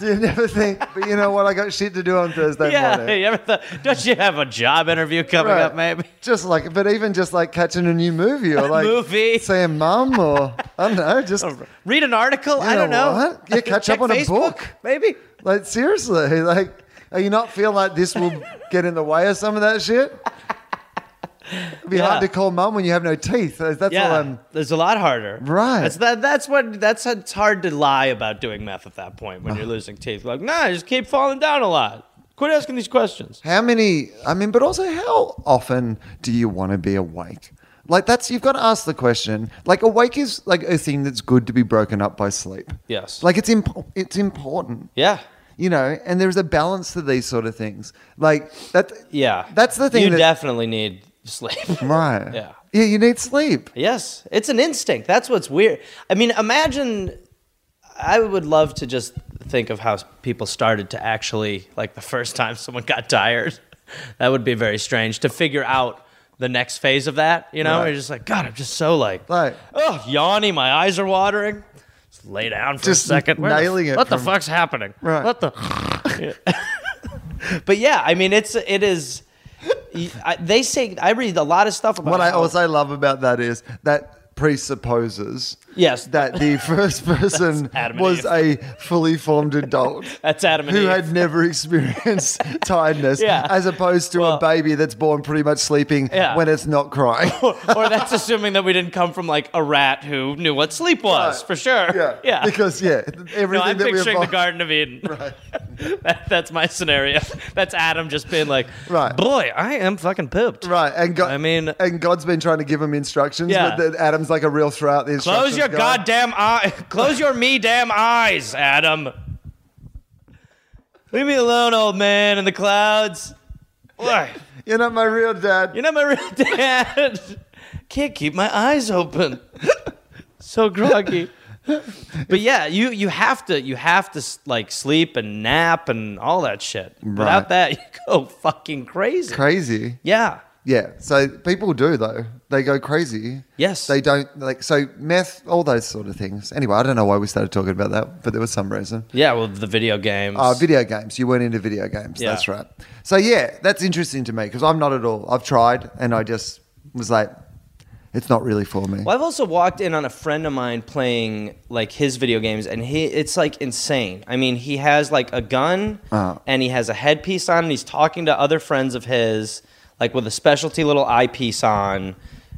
S1: Do you never think? But you know what? I got shit to do on Thursday
S3: Yeah.
S1: morning.
S3: You ever thought, don't you have a job interview coming
S1: Right.
S3: up, maybe?
S1: Just like, but even just like catching a new movie or like
S3: Movie.
S1: seeing mum or I don't know, just
S3: Read an article? I
S1: know
S3: don't know.
S1: what? Yeah, catch up
S3: Check
S1: on a
S3: Facebook,
S1: book.
S3: Maybe.
S1: like seriously, like, are you not feeling like this will get in the way of some of that shit? It'd be
S3: Yeah.
S1: hard to call mum when you have no teeth. That's all
S3: Yeah.
S1: I'm.
S3: There's a lot harder.
S1: Right.
S3: That's that, That's what. That's it's hard to lie about doing meth at that point when you're losing teeth. Like, nah, just keep falling down a lot. Quit asking these questions.
S1: How many? I mean, but also, how often do you want to be awake? Like that's you've got to ask the question. Like awake is like a thing that's good to be broken up by sleep.
S3: Yes.
S1: Like it's imp- it's important.
S3: Yeah.
S1: You know, and there's a balance to these sort of things. Like that.
S3: Yeah.
S1: That's the thing.
S3: You
S1: that,
S3: definitely need sleep.
S1: right.
S3: Yeah.
S1: Yeah. You need sleep.
S3: yes. It's an instinct. That's what's weird. I mean, imagine I would love to just think of how people started to actually like the first time someone got tired. That would be very strange to figure out the next phase of that. You know,
S1: Right.
S3: you're just like, God, I'm just so like,
S1: Right.
S3: oh, yawny, my eyes are watering. Just lay down for
S1: Just
S3: a second. Where the-
S1: nailing it
S3: What the
S1: from-
S3: fuck's happening?
S1: Right.
S3: What the? but yeah, I mean, it's it is. I, they say I read a lot of stuff about
S1: What I
S3: how-
S1: also love about that is that presupposes
S3: Yes.
S1: that the first person
S3: Adam and
S1: was a
S3: Eve.
S1: fully formed adult
S3: That's Adam and
S1: who
S3: Eve.
S1: had never experienced tiredness
S3: Yeah.
S1: as opposed to a
S3: Well-
S1: baby that's born pretty much sleeping
S3: Yeah.
S1: when it's not crying.
S3: or that's assuming that we didn't come from like a rat who knew what sleep was
S1: Right.
S3: for sure.
S1: yeah.
S3: yeah.
S1: Because yeah, everything
S3: no, I'm
S1: that we
S3: picturing the
S1: evolved-
S3: Garden of Eden. Right. that, that's my scenario. That's Adam just being like,
S1: Right.
S3: boy, I am fucking pooped.
S1: Right, and God,
S3: I mean-
S1: and God's been trying to give him instructions,
S3: Yeah.
S1: but then Adam's like a real throughout the instructions.
S3: Close your
S1: guy.
S3: goddamn eye. Close your me damn eyes, Adam. Leave me alone, old man in the clouds. Why?
S1: You're not my real dad.
S3: You're not my real dad. Can't keep my eyes open. so groggy. But yeah, you you have to you have to s- like sleep and nap and all that shit.
S1: Right.
S3: Without that, you go fucking crazy.
S1: Crazy.
S3: yeah.
S1: Yeah. So people do though. They go crazy.
S3: Yes.
S1: They don't like so meth, all those sort of things. Anyway, I don't know why we started talking about that, but there was some reason.
S3: yeah. Well, the video games.
S1: Uh, video games. You weren't into video games.
S3: Yeah.
S1: That's right. So yeah, that's interesting to me because I'm not at all. I've tried and I just was like, it's not really for me.
S3: Well, I've also walked in on a friend of mine playing like his video games, and he it's like insane. I mean, he has like a gun,
S1: Uh-huh.
S3: and he has a headpiece on, and he's talking to other friends of his, like with a specialty little eyepiece on,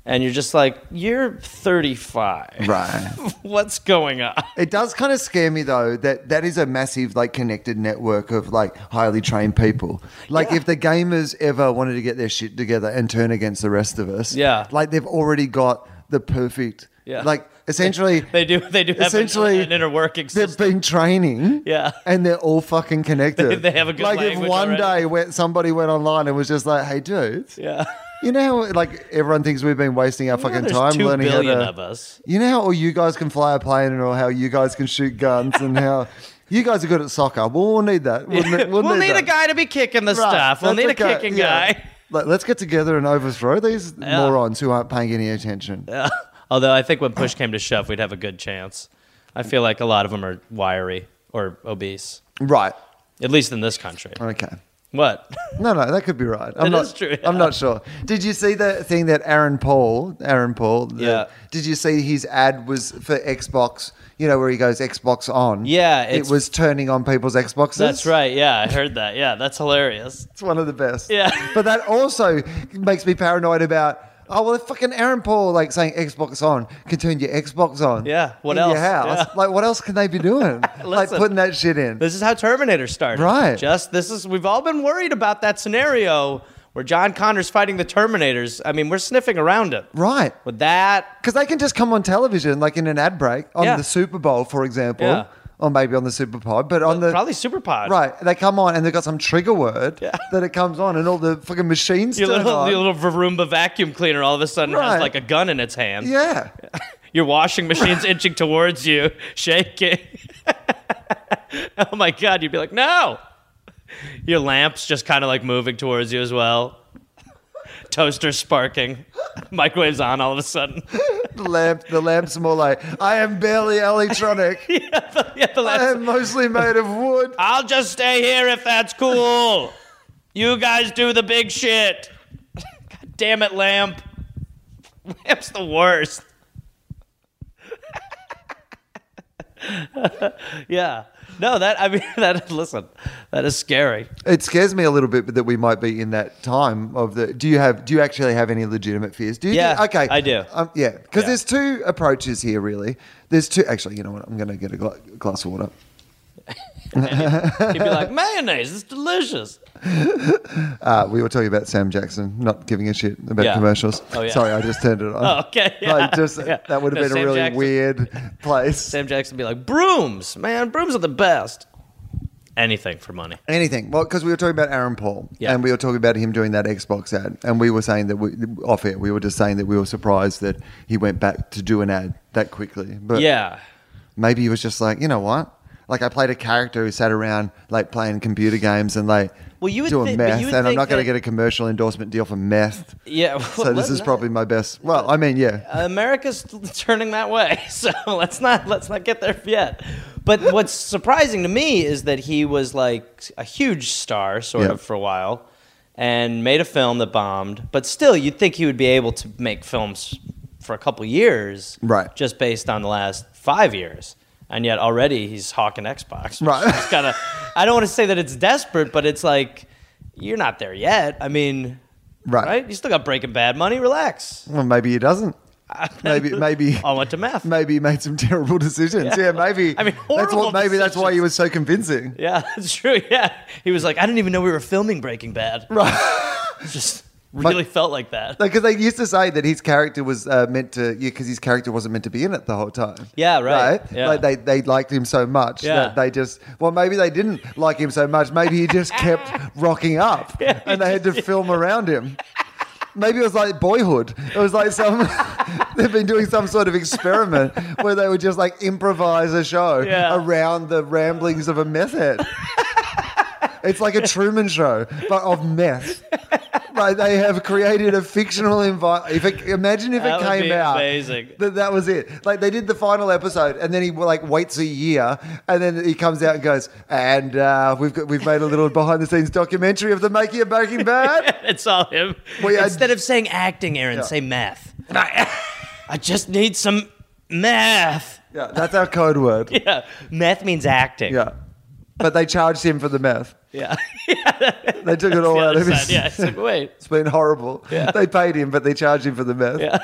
S3: and you're just like, you're 35.
S1: Right.
S3: What's going on?
S1: It does kind of scare me though that that is a massive like connected network of like highly trained people. Like
S3: Yeah.
S1: if the gamers ever wanted to get their shit together and turn against the rest of us,
S3: Yeah.
S1: like they've already got the perfect,
S3: Yeah.
S1: like essentially
S3: They do. They do. Have
S1: Essentially,
S3: essentially, an inner working
S1: they've
S3: system.
S1: been training,
S3: Yeah.
S1: and they're all fucking connected.
S3: They- they have a good
S1: like if
S3: language
S1: one
S3: already.
S1: day where somebody went online and was just like, "Hey, dudes,
S3: yeah.
S1: you know, how, like everyone thinks we've been wasting our fucking
S3: There's
S1: time
S3: two
S1: learning how
S3: billion
S1: to."
S3: of us.
S1: You know how all you guys can fly a plane and all how you guys can shoot guns and how you guys are good at soccer. Well, we'll need that. We'll, ne- we'll
S3: We'll need
S1: that.
S3: a guy to be kicking the
S1: Right,
S3: stuff. We'll
S1: that's
S3: need a
S1: okay,
S3: kicking
S1: yeah.
S3: guy.
S1: Like, let's get together and overthrow these morons who aren't paying any attention.
S3: Although I think when push came to shove, we'd have a good chance. I feel like a lot of them are wiry or obese,
S1: Right.
S3: at least in this country.
S1: Okay.
S3: What?
S1: No, no, that could be right. I'm
S3: That
S1: not
S3: is true,
S1: I'm
S3: yeah.
S1: not sure. Did you see the thing that Aaron Paul, Aaron Paul, the-
S3: Yeah.
S1: Did you see his ad was for Xbox? You know where he goes Xbox on.
S3: Yeah,
S1: it
S3: it's-
S1: was turning on people's Xboxes.
S3: That's right. Yeah, I heard that. Yeah, that's hilarious.
S1: It's one of the best.
S3: Yeah.
S1: But that also makes me paranoid about. Oh well, if fucking Aaron Paul like saying Xbox on can turn your Xbox on.
S3: Yeah, what
S1: in Your
S3: else?
S1: house.
S3: Yeah.
S1: Like what else can they be doing? like
S3: Listen.
S1: putting that shit in.
S3: This is how Terminator started.
S1: Right.
S3: Just this is we've all been worried about that scenario where John Connor's fighting the Terminators. I mean, we're sniffing around it.
S1: Right.
S3: With that,
S1: Because they can just come on television, like in an ad break on
S3: Yeah.
S1: the Super Bowl, for example,
S3: Yeah.
S1: or maybe on the Super Pod, but on the
S3: probably Superpod.
S1: right they come on and they've got some trigger word
S3: Yeah.
S1: that it comes on and all the fucking machines
S3: Your
S1: turn
S3: little,
S1: on.
S3: your little Varumba vacuum cleaner all of a sudden
S1: Right.
S3: has like a gun in its hand.
S1: yeah.
S3: Your washing machine's inching towards you, shaking. oh my God, you'd be like, no. Your lamp's just kind of like moving towards you as well. Toaster's sparking. Microwave's on all of a sudden.
S1: The lamp the lamp's more like, I am barely electronic.
S3: yeah,
S1: I
S3: the lamp's.
S1: am mostly made of wood.
S3: I'll just stay here if that's cool. you guys do the big shit. God damn it, lamp. Lamp's the worst. yeah. No, that I mean that listen, that is scary.
S1: It scares me a little bit that we might be in that time of the. Do you have? Do you actually have any legitimate fears? Do you?
S3: Yeah,
S1: think- okay.
S3: I do.
S1: Um, yeah, because
S3: Yeah.
S1: there's two approaches here, really. There's two. Actually, you know what? I'm going to get a gla- glass of water.
S3: You'd be like, mayonnaise, it's delicious.
S1: Uh, we were talking about Sam Jackson not giving a shit about
S3: Yeah.
S1: commercials.
S3: Oh, yeah.
S1: Sorry, I just turned it on.
S3: Oh, okay, yeah,
S1: Like, just uh,
S3: yeah.
S1: that would have
S3: No,
S1: been a
S3: Sam
S1: really
S3: Jackson.
S1: weird place.
S3: Sam Jackson would be like, brooms, man, brooms are the best. Anything for money.
S1: Anything. Well, because we were talking about Aaron Paul
S3: Yeah.
S1: and we were talking about him doing that Xbox ad. And we were saying that we, off air, we were just saying that we were surprised that he went back to do an ad that quickly. But
S3: Yeah.
S1: maybe he was just like, you know what? Like I played a character who sat around like playing computer games and like
S3: Well, you would
S1: doing
S3: thi- but
S1: meth,
S3: you would
S1: and I'm
S3: think
S1: not going to
S3: that-
S1: get a commercial endorsement deal for meth.
S3: Yeah.
S1: So this is probably my best. Well, I mean, yeah.
S3: America's turning that way, so let's not let's not get there yet. But what's surprising to me is that he was like a huge star, sort
S1: Yeah.
S3: of, for a while, and made a film that bombed. But still, you'd think he would be able to make films for a couple years,
S1: Right.
S3: Just based on the last five years, and yet already he's hawking Xbox. which
S1: Right.
S3: is kinda- I don't want to say that it's desperate, but it's like you're not there yet. I mean,
S1: Right.
S3: right? You still got Breaking Bad money. Relax.
S1: Well, maybe he doesn't. Maybe, maybe.
S3: I went to math.
S1: Maybe he made some terrible decisions. Yeah, maybe.
S3: I mean,
S1: that's what,
S3: horrible
S1: maybe that's why
S3: decisions.
S1: he was so convincing.
S3: Yeah, that's true. Yeah. He was like, I didn't even know we were filming Breaking Bad.
S1: Right.
S3: Just really felt like that.
S1: Because they used to say that his character was uh, meant to, yeah, because his character wasn't meant to be in it the whole time.
S3: Yeah, right. Yeah.
S1: Like they, they liked him so much
S3: Yeah.
S1: that they just, well, maybe they didn't like him so much. Maybe he just kept rocking up and they had to film around him. Maybe it was like boyhood. It was like some, they've been doing some sort of experiment where they would just like improvise a show
S3: Yeah.
S1: around the ramblings of a meth head. It's like a Truman Show, but of meth. Like they have created a fictional environment. If it, imagine if
S3: That
S1: it
S3: would
S1: came
S3: be
S1: out,
S3: amazing.
S1: That, that was it. Like they did the final episode, and then he like waits a year, and then he comes out and goes, "And uh, we've got, we've made a little behind the scenes documentary of the making of Breaking Bad."
S3: It's all him.
S1: We had-
S3: Instead of saying acting, Aaron, say math. I just need some math.
S1: yeah, that's our code word. Yeah.
S3: Yeah. Math means acting.
S1: but they charged him for the meth.
S3: Yeah.
S1: They took it all
S3: The
S1: out
S3: other
S1: of his.
S3: side. Yeah. It's like, wait.
S1: It's been horrible. They paid him, but they charged him for the meth.
S3: Yeah.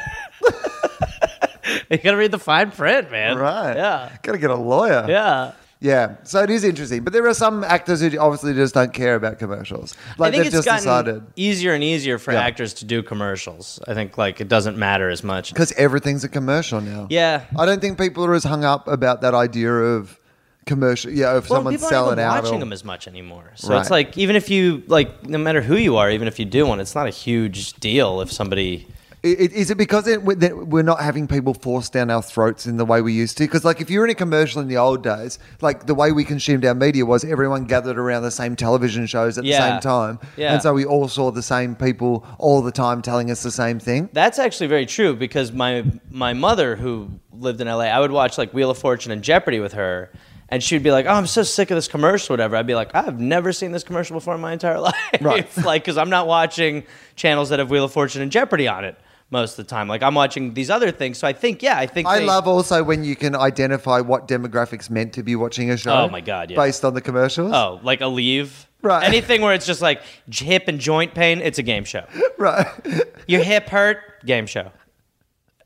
S3: You gotta read the fine print, man.
S1: Right.
S3: Yeah.
S1: Got to get a lawyer.
S3: Yeah.
S1: Yeah, so it is interesting, but there are some actors who obviously just don't care about commercials. Like
S3: I think
S1: they've
S3: it's
S1: just
S3: gotten
S1: decided
S3: easier and easier for
S1: Yeah.
S3: actors to do commercials. I think like it doesn't matter as much.
S1: because everything's a commercial now.
S3: Yeah.
S1: I don't think people are as hung up about that idea of commercial. Yeah, if
S3: Well,
S1: someone's
S3: people
S1: selling
S3: aren't even
S1: out,
S3: watching
S1: or-
S3: them as much anymore. So
S1: Right.
S3: it's like even if you like, no matter who you are, even if you do one, it's not a huge deal if somebody.
S1: I- i- is it because it, we- that we're not having people forced down our throats in the way we used to? Because like if you're in a commercial in the old days, like the way we consumed our media was everyone gathered around the same television shows at
S3: Yeah.
S1: the same time,
S3: Yeah.
S1: and so we all saw the same people all the time telling us the same thing.
S3: That's actually very true because my my mother who lived in L.A. I would watch like Wheel of Fortune and Jeopardy with her, and she'd be like, "Oh, I'm so sick of this commercial, whatever." I'd be like, "I've never seen this commercial before in my entire life,
S1: Right.
S3: like because I'm not watching channels that have Wheel of Fortune and Jeopardy on it." Most of the time, like I'm watching these other things, so I think, yeah, I think
S1: I
S3: they-
S1: love also when you can identify what demographics meant to be watching a show.
S3: Oh my God, yeah.
S1: Based on the commercials.
S3: Oh, like a leave?
S1: Right.
S3: Anything where it's just like j- hip and joint pain, it's a game show.
S1: Right.
S3: Your hip hurt, game show.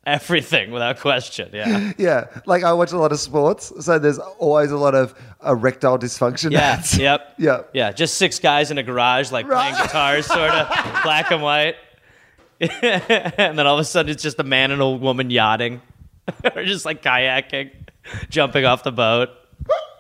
S3: Everything without question. Yeah.
S1: yeah. Like I watch a lot of sports, so there's always a lot of erectile dysfunction.
S3: Yeah.
S1: ads.
S3: yep.
S1: Yeah.
S3: Yeah. Just six guys in a garage, like
S1: Right.
S3: playing guitars, sort of black and white. and then all of a sudden, it's just a man and a woman yachting or just like kayaking, jumping off the boat.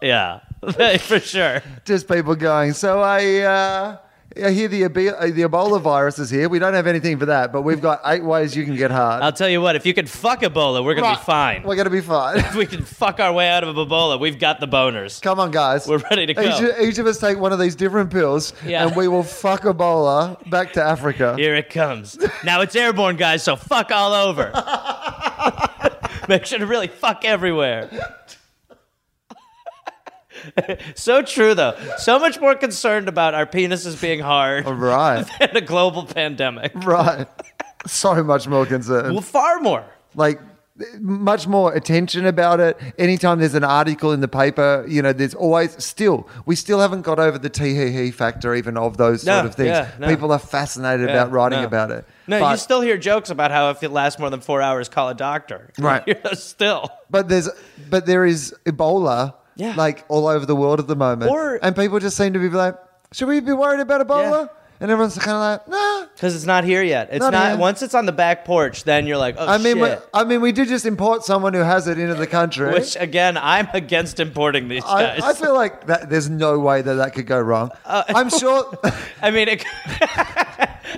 S3: Yeah. For sure.
S1: Just people going, so I. Uh, I hear the, Ebo- uh, the Ebola virus is here. We don't have anything for that, but we've got eight ways you can get hard.
S3: I'll tell you what, if you can fuck Ebola, we're going to be fine.
S1: We're going to be fine.
S3: If we can fuck our way out of a Ebola, we've got the boners.
S1: Come on, guys.
S3: We're ready to go.
S1: Each, each of us take one of these different pills,
S3: Yeah.
S1: and we will fuck Ebola back to Africa.
S3: Here it comes. Now it's airborne, guys, so fuck all over. Make sure to really fuck everywhere. so true, though. So much more concerned about our penises being hard
S1: Right.
S3: and a global pandemic.
S1: Right. So much more concern.
S3: Well, far more.
S1: like much more attention about it. Anytime there's an article in the paper, you know, there's always still we still haven't got over the tee hee hee factor even of those
S3: No,
S1: sort of things.
S3: yeah, no.
S1: People are fascinated about writing
S3: no.
S1: about it.
S3: No,
S1: but,
S3: you still hear jokes about how if it lasts more than four hours, call a doctor.
S1: Right.
S3: You're still.
S1: but there's but there is Ebola
S3: Yeah.
S1: like all over the world at the moment.
S3: Or-
S1: and people just seem to be like, should we be worried about Ebola?
S3: Yeah.
S1: And everyone's kind of like, nah.
S3: Because it's not here yet. It's
S1: Not
S3: not.
S1: yet.
S3: Once it's on the back porch, then you're like, oh,
S1: I mean, we,
S3: shit.
S1: I mean, we did just import someone who has it into the country.
S3: Which again, I'm against importing these
S1: I,
S3: guys. Uh,
S1: I feel like that, there's no way that that could go wrong. I'm sure
S3: I mean, it,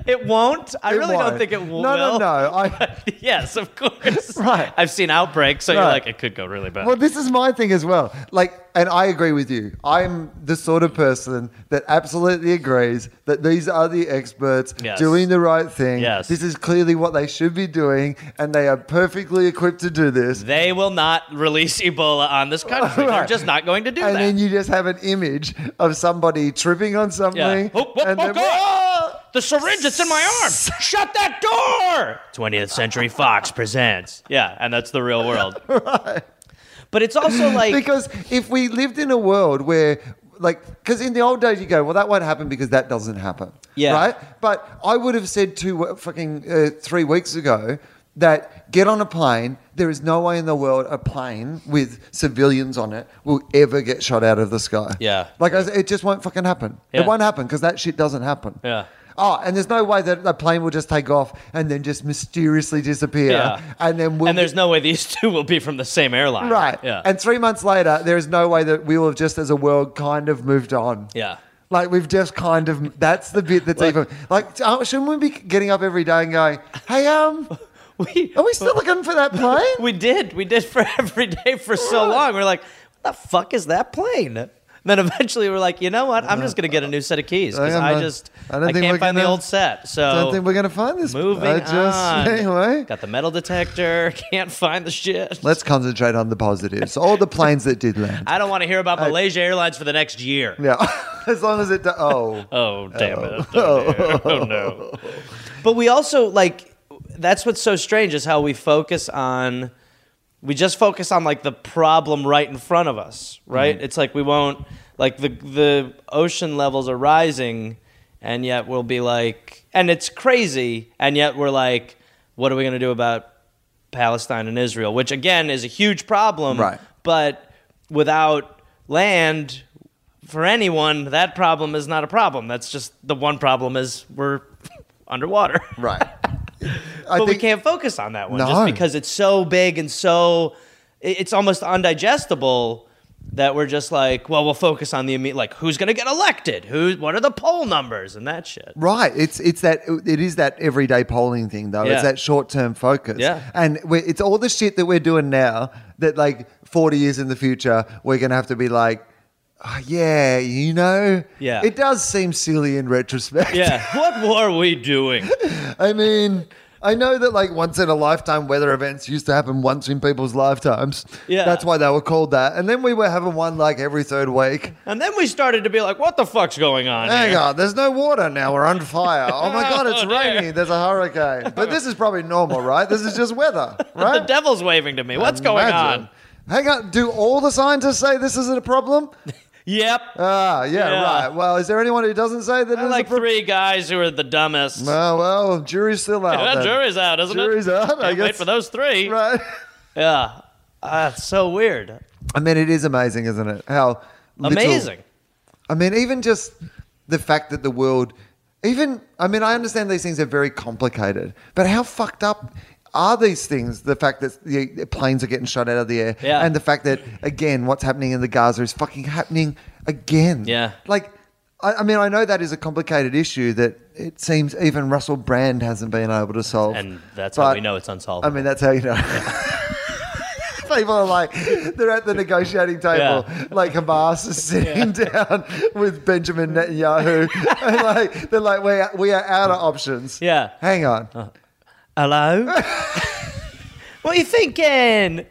S3: It won't. I
S1: It
S3: really don't
S1: won't.
S3: think it will.
S1: No, no, no. I,
S3: yes, of course.
S1: Right.
S3: I've seen Outbreak, so you're
S1: Right.
S3: like, it could go really bad.
S1: well, this is my thing as well. Like, and I agree with you. I'm the sort of person that absolutely agrees that these are the experts
S3: Yes.
S1: doing the right thing.
S3: Yes.
S1: This is clearly what they should be doing, and they are perfectly equipped to do this.
S3: they will not release Ebola on this country. They're
S1: Right.
S3: just not going to do
S1: and
S3: that.
S1: then you just have an image of somebody tripping on something.
S3: Yeah. Oh, oh,
S1: and
S3: oh,
S1: then-
S3: God! The syringe that's in my arm. Shut that door. 20th Century Fox presents. Yeah, and that's the real world. But it's also like
S1: because if we lived in a world where like because in the old days you go well that won't happen because that doesn't happen
S3: Yeah.
S1: right but i would have said two fucking uh, three weeks ago that get on a plane there is no way in the world a plane with civilians on it will ever get shot out of the sky
S3: Yeah.
S1: like I, said, it just won't fucking happen
S3: Yeah.
S1: it won't happen because that shit doesn't happen
S3: Yeah.
S1: Oh, and there's no way that a plane will just take off and then just mysteriously disappear,
S3: Yeah.
S1: and then we'll
S3: and there's no way these two will be from the same airline.
S1: Right.
S3: Yeah.
S1: And three months later, there is no way that we will have just as a world kind of moved on.
S3: yeah.
S1: Like we've just kind of that's the bit that's even like oh, shouldn't we be getting up every day and going, Hey um
S3: We
S1: are we still looking for that plane?
S3: we did. We did for every day for so long. We're like, what the fuck is that plane? And then eventually we're like, you know what? I'm just gonna get a new set of keys because
S1: I'm
S3: I
S1: not-
S3: just
S1: I
S3: I,
S1: don't think
S3: can't
S1: we're
S3: find the
S1: gonna-
S3: old set. So
S1: Don't think we're gonna find this
S3: Moving
S1: I just
S3: on.
S1: anyway.
S3: Got the metal detector. Can't find the shit.
S1: Let's concentrate on the positives. All the planes that did land.
S3: I don't want to hear about Malaysia Airlines for the next year.
S1: Yeah. as long as it do- oh.
S3: Oh damn it! Oh, no. Oh, no. But we also like that's what's so strange is how we focus on we just focus on like the problem right in front of us, right? It's like we won't like the the ocean levels are rising, and yet we'll be like, and it's crazy, and yet we're like, what are we gonna do about Palestine and Israel? Which again is a huge problem,
S1: Right.
S3: But without land, for anyone, that problem is not a problem. That's just the one problem is we're underwater.
S1: Right. I
S3: but we
S1: think
S3: can't focus on that one
S1: No.
S3: just because it's so big and so it- it's almost undigestible that we're just like, well, we'll focus on the immediate, like who's going to get elected? Who? What are the poll numbers and that shit?
S1: Right. It's it's that it is that everyday polling thing though.
S3: Yeah.
S1: It's that short term focus.
S3: Yeah.
S1: And we it's all the shit that we're doing now that like forty years in the future we're gonna have to be like, oh, yeah, you know.
S3: Yeah.
S1: It does seem silly in retrospect.
S3: Yeah. what were we doing?
S1: I mean. I know that like once in a lifetime weather events used to happen once in people's lifetimes.
S3: Yeah.
S1: That's why they were called that. And then we were having one like every third week.
S3: And then we started to be like, what the fuck's going on?
S1: Hang
S3: here?
S1: on, there's no water now. We're on fire. Oh my god, it's
S3: Oh, dear.
S1: raining. There's a hurricane. But this is probably normal, right? This is just weather,
S3: The
S1: right?
S3: devil's waving to me. What's going
S1: Imagine.
S3: on?
S1: Hang on. Do all the scientists say this isn't a problem?
S3: Yep.
S1: Ah, yeah,
S3: Yeah.
S1: right. Well, is there anyone who doesn't say that?
S3: I
S1: it's
S3: like
S1: a problem?
S3: three guys who are the dumbest.
S1: Oh well, jury's still out.
S3: Yeah,
S1: then.
S3: jury's out, isn't
S1: Jury's
S3: it?
S1: out. I
S3: Can't wait
S1: guess.
S3: for those three.
S1: Right.
S3: Yeah. Ah, it's so weird.
S1: I mean, it is amazing, isn't it? How little-
S3: Amazing.
S1: I mean, even just the fact that the world, even, I mean, I understand these things are very complicated, but how fucked up are these things? The fact that the the planes are getting shot out of the air,
S3: Yeah.
S1: and the fact that, again, what's happening in the Gaza is fucking happening again.
S3: Yeah.
S1: Like, I, I mean, I know that is a complicated issue that it seems even Russell Brand hasn't been able to solve.
S3: And that's how
S1: But-
S3: we know it's
S1: I
S3: unsolvable.
S1: mean, that's how you know. People are like, they're at the negotiating table,
S3: Yeah.
S1: like Hamas is sitting down with Benjamin Netanyahu, and like they're like, we are, we are out of options.
S3: yeah.
S1: Hang on,
S3: Hello? what are you thinking?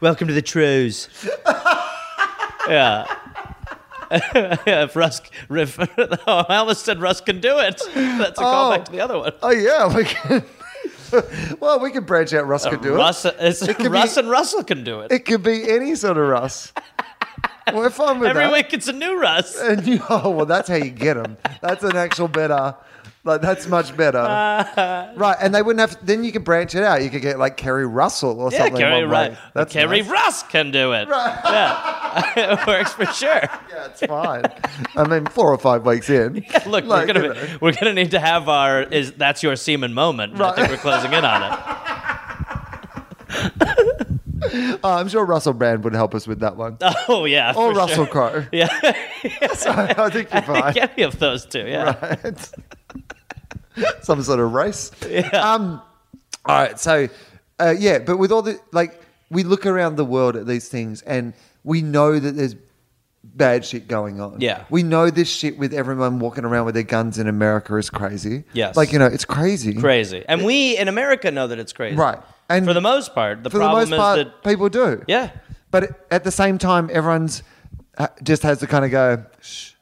S3: Welcome to the trues. yeah. if Russ, if, oh, I almost said Russ can do it. That's a callback to the other one.
S1: oh yeah, we can. well, we could branch out. Russ could do
S3: Uh, Russ, it's-
S1: could
S3: Russ
S1: be-
S3: and Russell can do it.
S1: it. It could be any sort of Russ. We're fine with
S3: Every
S1: that.
S3: week it's a new Russ.
S1: And you, oh well, that's how you get them. That's an actual better. Like that's much better, right? And they wouldn't have. Then you could branch it out. You could get like Kerry Russell or
S3: Yeah,
S1: something.
S3: Kerry
S1: one
S3: Russ.
S1: way. That's
S3: Kerry
S1: nice.
S3: Russ can do it. Yeah, it works for sure.
S1: Yeah, it's fine. I mean, four or five weeks in. Like,
S3: Look, we're gonna
S1: you
S3: be,
S1: know.
S3: we're gonna need to have our is that's your semen moment. I
S1: Right.
S3: think we're closing in on it.
S1: Uh, I'm sure Russell Brand would help us with that one.
S3: Oh yeah.
S1: or
S3: for sure.
S1: Russell Crowe.
S3: Yeah.
S1: I think you're fine.
S3: Any of those two. Yeah.
S1: right? Some sort of race. Um, all right. So, uh, yeah, but with all the, like, we look around the world at these things and we know that there's bad shit going on.
S3: Yeah.
S1: We know this shit with everyone walking around with their guns in America is crazy.
S3: Yes.
S1: Like, you know, it's crazy.
S3: Crazy. And we in America know that it's crazy.
S1: Right. And
S3: for the most part, the
S1: for the
S3: problem
S1: most
S3: is
S1: part,
S3: that
S1: people do.
S3: yeah.
S1: But at the same time, everyone's uh, just has to kind of go, shh.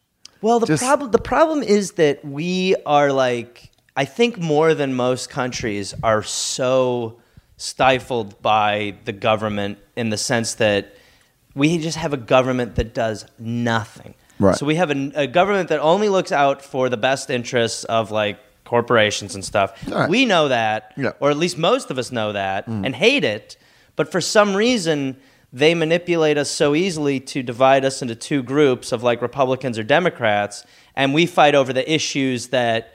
S3: Well, the
S1: Just-
S3: problem the problem is that we are like I think more than most countries are so stifled by the government in the sense that we just have a government that does nothing.
S1: Right.
S3: So we have a, a government that only looks out for the best interests of like corporations and stuff.
S1: All right.
S3: We know that,
S1: Yeah.
S3: or at least most of us know that, and hate it. But for some reason, they manipulate us so easily to divide us into two groups of like Republicans or Democrats, and we fight over the issues that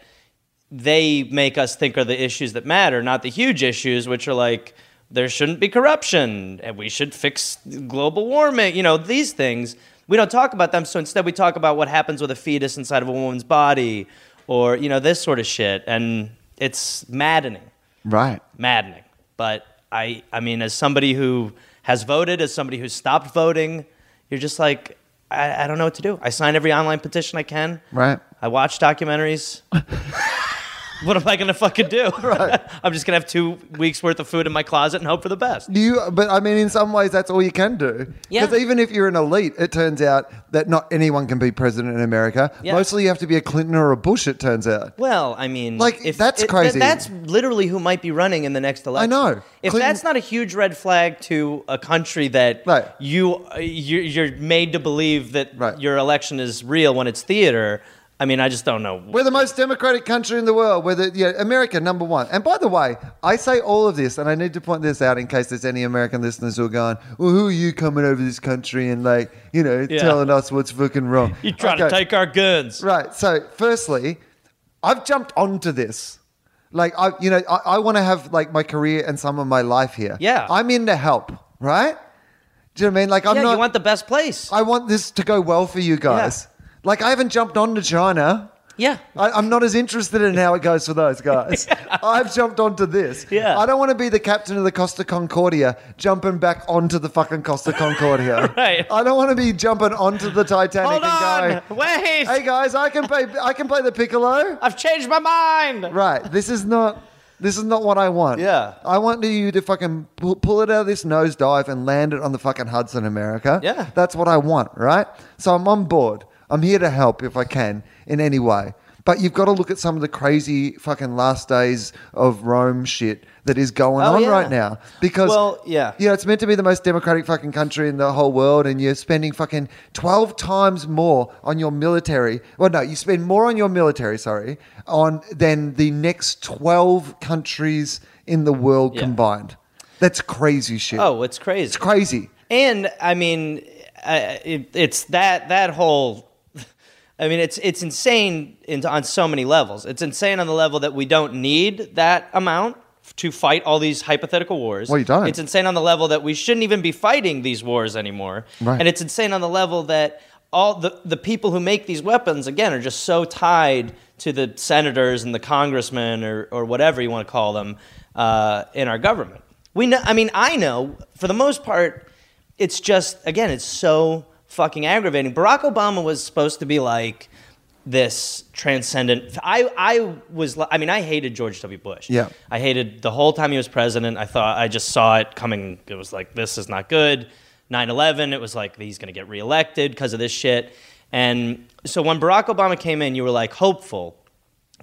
S3: they make us think are the issues that matter, not the huge issues, which are like there shouldn't be corruption and we should fix global warming. You know, these things. We don't talk about them. So instead, we talk about what happens with a fetus inside of a woman's body or, you know, this sort of shit. And it's maddening
S1: right.
S3: maddening. But I, I mean, as somebody who has voted, as somebody who's stopped voting, you're just like, I, I don't know what to do. I sign every online petition I can.
S1: Right.
S3: I watch documentaries. what am I gonna fucking do? I'm just gonna have two weeks worth of food in my closet and hope for the best.
S1: You, but I mean, in some ways, that's all you can do.
S3: Yeah.
S1: Because even if you're an elite, it turns out that not anyone can be president in America.
S3: Yeah.
S1: Mostly, you have to be a Clinton or a Bush. It turns out.
S3: Well, I mean,
S1: Like, that's
S3: it- that-
S1: crazy.
S3: that's literally who might be running in the next election.
S1: know.
S3: If
S1: Clinton-
S3: that's not a huge red flag to a country that
S1: Right.
S3: you you you're made to believe that
S1: Right.
S3: your election is real when it's theater, I mean, I just don't know.
S1: We're the most democratic country in the world. We're the yeah, America number one. And by the way, I say all of this, and I need to point this out in case there's any American listeners who are going, "Well, who are you coming over this country and like, you know,
S3: Yeah.
S1: telling us what's fucking wrong?"
S3: you try to
S1: Okay.
S3: take our guns.
S1: Right. So, firstly, I've jumped onto this. Like, I, you know, I, I want to have like my career and some of my life here.
S3: Yeah.
S1: I'm in to help, right? Do you know what I mean? Like, I'm
S3: yeah,
S1: not.
S3: you want the best place.
S1: I want this to go well for you guys. Like, I haven't jumped onto China.
S3: yeah.
S1: I, I'm not as interested in how it goes for those guys. I've jumped onto this.
S3: Yeah.
S1: I don't want to be the captain of the Costa Concordia jumping back onto the fucking Costa Concordia.
S3: Right.
S1: I don't want to be jumping onto the Titanic
S3: Hold
S1: and
S3: on.
S1: going,
S3: Wait.
S1: hey guys, I can play. I can play the piccolo.
S3: I've changed my mind.
S1: Right. This is not. This is not what I want.
S3: Yeah.
S1: I want you to fucking pull, pull it out of this nosedive and land it on the fucking Hudson, America.
S3: Yeah.
S1: That's what I want. Right. So I'm on board. I'm here to help if I can in any way. But you've got to look at some of the crazy fucking last days of Rome shit that is going
S3: Oh,
S1: on
S3: yeah.
S1: right now because
S3: Well, yeah.
S1: you know, it's meant to be the most democratic fucking country in the whole world, and you're spending fucking 12 times more on your military. Well, no, you spend more on your military, sorry, on than the next 12 countries in the world
S3: Yeah.
S1: combined. That's crazy shit.
S3: Oh, it's crazy.
S1: it's crazy.
S3: And I mean, I, it, it's that that whole. I mean, it's it's insane in, on so many levels. It's insane on the level that we don't need that amount to fight all these hypothetical wars.
S1: Well, you don't.
S3: It's insane on the level that we shouldn't even be fighting these wars anymore.
S1: Right.
S3: And it's insane on the level that all the, the people who make these weapons again are just so tied to the senators and the congressmen or, or whatever you want to call them uh, in our government. We know. I mean, I know for the most part, it's just again, it's so fucking aggravating. Barack Obama was supposed to be like this transcendent. I I was. li- I mean, I hated George W. Bush.
S1: Yeah.
S3: I hated the whole time he was president. I thought I just saw it coming. It was like this is not good. 9/11. It was like he's going to get reelected because of this shit. And so when Barack Obama came in, you were like hopeful.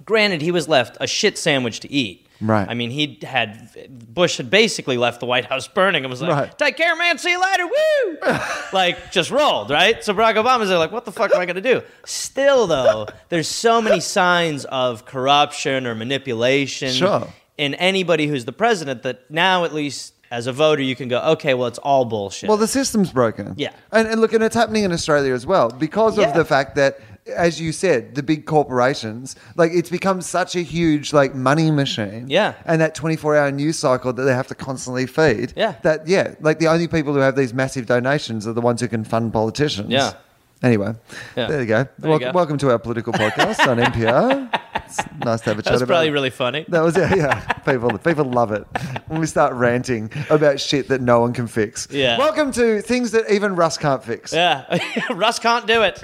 S3: Granted, he was left a shit sandwich to eat.
S1: Right.
S3: I mean, he had Bush had basically left the White House burning and was like,
S1: Right.
S3: "Take care, man. See you later. Woo!" like just rolled right. So Barack Obama's there, like, "What the fuck am I gonna do?" Still though, there's so many signs of corruption or manipulation
S1: Sure.
S3: in anybody who's the president that now at least as a voter you can go, "Okay, well it's all bullshit."
S1: Well, the system's broken.
S3: Yeah.
S1: And, and look, and it's happening in Australia as well because
S3: Yeah.
S1: of the fact that as you said, the big corporations, like it's become such a huge like money machine.
S3: Yeah.
S1: And that 24 hour news cycle that they have to constantly feed.
S3: Yeah.
S1: That, yeah, like the only people who have these massive donations are the ones who can fund politicians.
S3: Yeah.
S1: Anyway,
S3: Yeah.
S1: there you go.
S3: you
S1: Wel-
S3: go.
S1: Welcome to our political podcast on NPR. It's nice to have a chat
S3: That was
S1: about
S3: probably
S1: it.
S3: really funny.
S1: That was it. Yeah, people people love it when we start ranting about shit that no one can fix.
S3: Yeah.
S1: Welcome to things that even Russ can't fix.
S3: Yeah, Russ can't do it.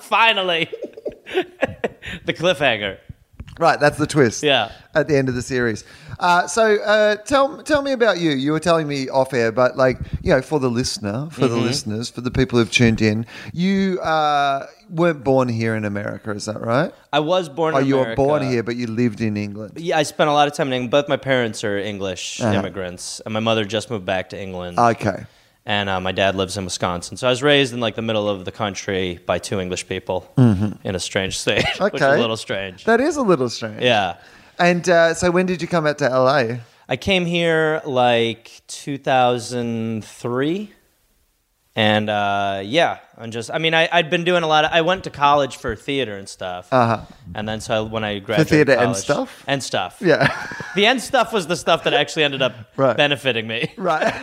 S3: Finally, the cliffhanger.
S1: Right, that's the twist.
S3: Yeah.
S1: At the end of the series. Uh, so uh, tell tell me about you. You were telling me off air, but like you know, for the listener, for the
S3: Mm-hmm.
S1: listeners, for the people who've tuned in, you uh, weren't born here in America, is that right?
S3: I was born.
S1: Or
S3: in
S1: Oh, you were
S3: America.
S1: born here, but you lived in England.
S3: Yeah, I spent a lot of time in England. Both my parents are English
S1: Uh-huh.
S3: immigrants, and my mother just moved back to England,
S1: Okay.
S3: and uh, my dad lives in Wisconsin. So I was raised in like the middle of the country by two English people in a strange state, which is a
S1: Mm-hmm. Okay.
S3: little strange.
S1: That is a little strange.
S3: yeah,
S1: And uh, so when did you come out to LA?
S3: I came here like 2003. And uh, yeah, and just, I mean, I, I'd been doing a lot of, I went to college for theater and stuff.
S1: Uh-huh.
S3: And then so when I graduated
S1: theater and
S3: college-
S1: stuff?
S3: And stuff.
S1: Yeah.
S3: The end stuff was the stuff that actually ended up
S1: Right.
S3: benefiting me,
S1: right.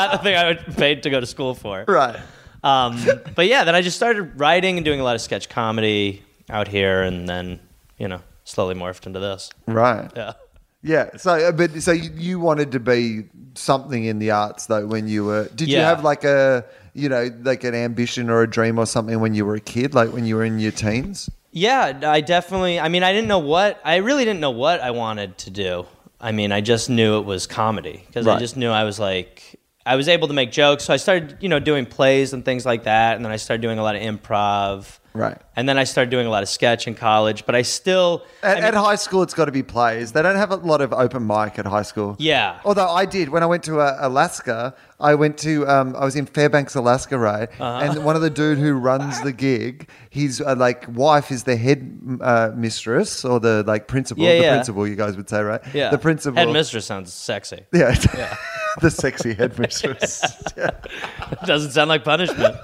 S3: not the thing I would paid to go to school for.
S1: right.
S3: Um, but yeah, then I just started writing and doing a lot of sketch comedy out here and then, you know, slowly morphed into this.
S1: Right.
S3: Yeah.
S1: Yeah. So, uh, but so you, you wanted to be something in the arts though when you were. Did you
S3: Yeah.
S1: have like a you know like an ambition or a dream or something when you were a kid, like when you were in your teens?
S3: Yeah, I definitely. I mean, I didn't know what I really didn't know what I wanted to do. I mean, I just knew it was comedy because
S1: Right.
S3: I just knew I was like I was able to make jokes. So I started, you know, doing plays and things like that, and then I started doing a lot of improv.
S1: Right.
S3: And then I started doing a lot of sketch in college, but I still I
S1: At,
S3: mean-
S1: at high school, it's got to be plays. They don't have a lot of open mic at high school.
S3: Yeah.
S1: Although I did when I went to uh, Alaska, I went to um, I was in Fairbanks, Alaska, right?
S3: Uh-huh.
S1: And one of the dude who runs the gig, his uh, like wife is the head uh, mistress or the like principal,
S3: Yeah,
S1: the
S3: yeah.
S1: principal, you guys would say, right?
S3: yeah.
S1: The principal.
S3: headmistress sounds sexy.
S1: Yeah. the sexy headmistress. yeah.
S3: Doesn't sound like punishment.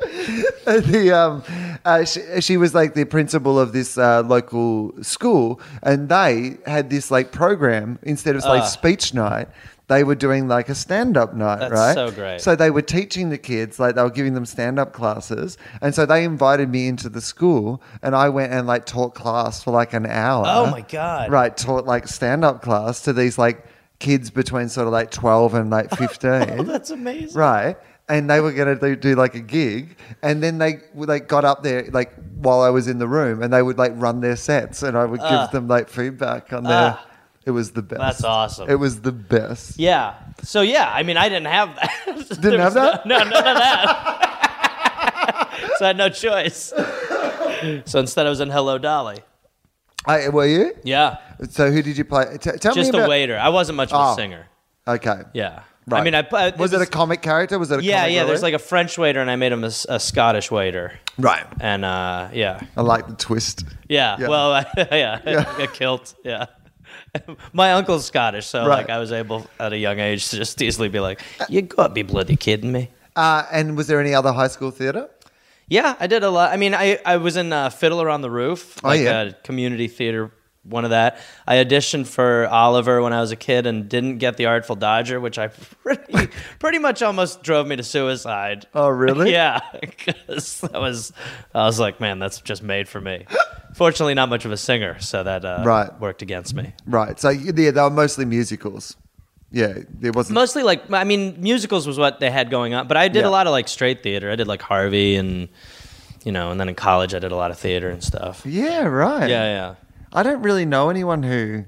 S1: The um, uh, she, she was like the principal of this uh, local school, and they had this like program instead of
S3: Ah.
S1: like speech night. They were doing like a stand-up night,
S3: That's
S1: right?
S3: so great.
S1: So they were teaching the kids, like they were giving them stand-up classes, and so they invited me into the school, and I went and like taught class for like an hour.
S3: Oh my God.
S1: Right, taught like stand-up class to these like kids between sort of like twelve and like fifteen.
S3: Oh, That's amazing.
S1: Right. And they were going to do, do like a gig. And then they like got up there like while I was in the room and they would like run their sets and I would give them like feedback on their.
S3: Ah.
S1: it was the best.
S3: That's awesome.
S1: It was the best.
S3: Yeah. So yeah, I mean, I didn't have that. There
S1: have
S3: was
S1: that?
S3: No, no, none of that. so I had no choice. So instead, I was in Hello Dolly.
S1: I, were you?
S3: Yeah,
S1: So who did you play? T- tell me
S3: just a
S1: about.
S3: waiter. I wasn't much of a
S1: Oh.
S3: singer.
S1: Okay.
S3: Yeah.
S1: Right.
S3: I mean, I I-
S1: Was it a comic character? Was it a
S3: yeah,
S1: comic
S3: yeah. There's
S1: relief?
S3: like a French waiter, and I made him a, s- a Scottish waiter.
S1: right.
S3: And uh, yeah,
S1: I like the twist.
S3: yeah.
S1: Yeah.
S3: Well, yeah, a kilt. Yeah. My uncle's Scottish, so
S1: Right.
S3: like I was able at a young age to just easily be like, "You gotta be bloody kidding me."
S1: Uh, and was there any other high school theatre?
S3: Yeah, I did a lot. I mean, I, I was in uh, Fiddler on the Roof,
S1: Oh,
S3: like
S1: yeah.
S3: a community theater, one of that. I auditioned for Oliver when I was a kid and didn't get the Artful Dodger, which I pretty, pretty much almost drove me to suicide.
S1: Oh, really?
S3: yeah, because that was I was like, man, that's just made for me. Fortunately, not much of a singer, so that uh,
S1: Right.
S3: worked against me.
S1: Right. So yeah, they were mostly musicals. Yeah, there wasn't.
S3: Mostly like I mean, musicals was what they had going on, but I did
S1: Yeah.
S3: a lot of like straight theater. I did like Harvey and you know, and then in college I did a lot of theater and stuff.
S1: yeah, right.
S3: Yeah, yeah.
S1: I don't really know anyone who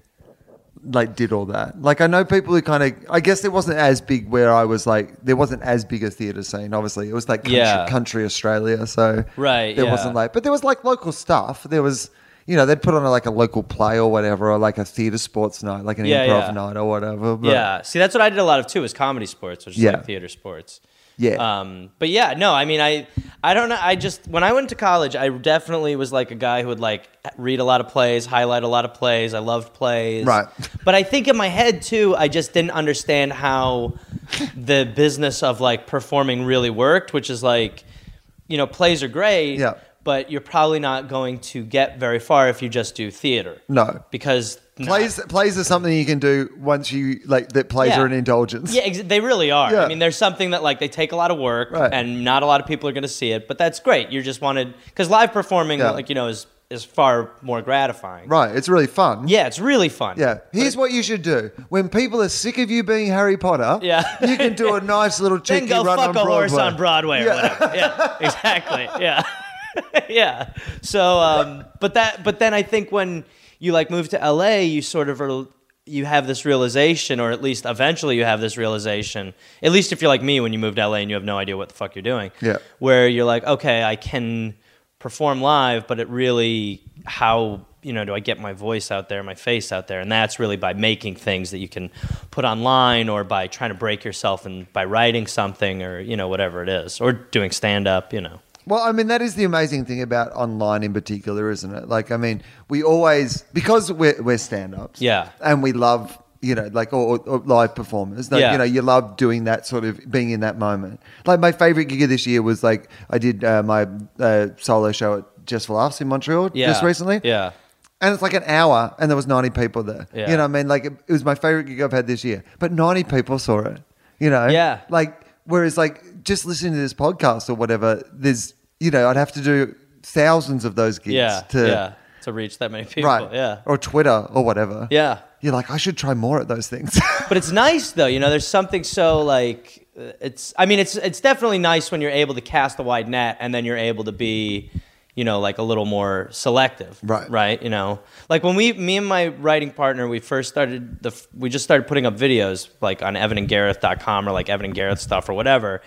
S1: like did all that. Like I know people who kind of. I guess it wasn't as big where I was. Like there wasn't as big a theatre scene. Obviously, it was like country,
S3: Yeah.
S1: country Australia. So
S3: Right,
S1: there
S3: yeah.
S1: wasn't like, but there was like local stuff. There was. You know, they'd put on like a local play or whatever, or like a theatre sports night, like an
S3: Yeah,
S1: improv
S3: yeah.
S1: night or whatever. But
S3: Yeah. See, that's what I did a lot of too is comedy sports, which is
S1: Yeah.
S3: like theater sports.
S1: Yeah.
S3: Um, but yeah, no, I mean, I, I don't know. I just, when I went to college, I definitely was like a guy who would like read a lot of plays, highlight a lot of plays. I loved plays.
S1: Right.
S3: But I think in my head too, I just didn't understand how the business of like performing really worked, which is like, you know, plays are great,
S1: Yeah.
S3: but you're probably not going to get very far if you just do theater.
S1: No.
S3: Because
S1: Plays plays are something you can do once you like that. Plays
S3: Yeah.
S1: are an indulgence.
S3: Yeah, ex- they really are.
S1: Yeah.
S3: I mean, there's something that like they take a lot of work,
S1: Right.
S3: and not a lot of people are going to see it. But that's great. You just wanted because live performing,
S1: Yeah.
S3: like you know, is is far more gratifying.
S1: Right. It's really fun.
S3: Yeah, it's really fun.
S1: Yeah. Here's what you should do. When people are sick of you being Harry Potter,
S3: Yeah.
S1: you can do a nice little
S3: Then
S1: cheeky
S3: go
S1: run
S3: fuck
S1: on
S3: a horse
S1: Broadway.
S3: on Broadway or whatever. Yeah, exactly. Yeah, yeah. So, um, but that, but then I think when you like move to LA, you sort of are. You have this realization, or at least eventually you have this realization. At least if you're like me, when you move to LA and you have no idea what the fuck you're doing,
S1: Yeah.
S3: where you're like, okay, I can perform live, but it really how you know do I get my voice out there, my face out there, and that's really by making things that you can put online or by trying to break yourself and by writing something or you know whatever it is or doing stand up, you know.
S1: Well, I mean, that is the amazing thing about online in particular, isn't it? Like, I mean, we always, because we're, we're stand ups.
S3: Yeah.
S1: And we love, you know, like, or, or live performers. Like,
S3: Yeah.
S1: You know, you love doing that sort of being in that moment. Like, my favorite gig of this year was like, I did uh, my uh, solo show at Just for Laughs in Montreal
S3: Yeah.
S1: just recently.
S3: Yeah.
S1: And it's like an hour, and there was ninety people there.
S3: Yeah.
S1: You know, what I mean, like it, it was my favorite gig I've had this year, but ninety people saw it. You know,
S3: Yeah.
S1: Like whereas, like just listening to this podcast or whatever, there's you know, I'd have to do thousands of those gigs.
S3: Yeah.
S1: to,
S3: yeah. To reach that many people.
S1: right,
S3: Yeah.
S1: or Twitter or whatever.
S3: Yeah.
S1: you're like, I should try more at those things.
S3: but it's nice though you know there's something so like uh, it's i mean it's it's definitely nice when you're able to cast a wide net and then you're able to be you know like a little more selective
S1: Right.
S3: right you know like when we me and my writing partner we first started the f- we just started putting up videos like on evanandgareth.com or like evan and gareth stuff or whatever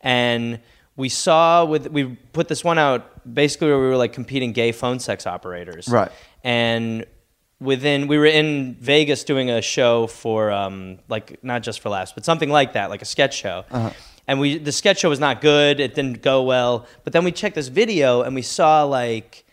S3: and we saw with we put this one out basically where we were like competing gay phone sex operators
S1: Right.
S3: and within we were in Vegas doing a show for um, like not just for laughs, but something like that, like a sketch show.
S1: Uh-huh.
S3: And we the sketch show was not good; it didn't go well. But then we checked this video and we saw like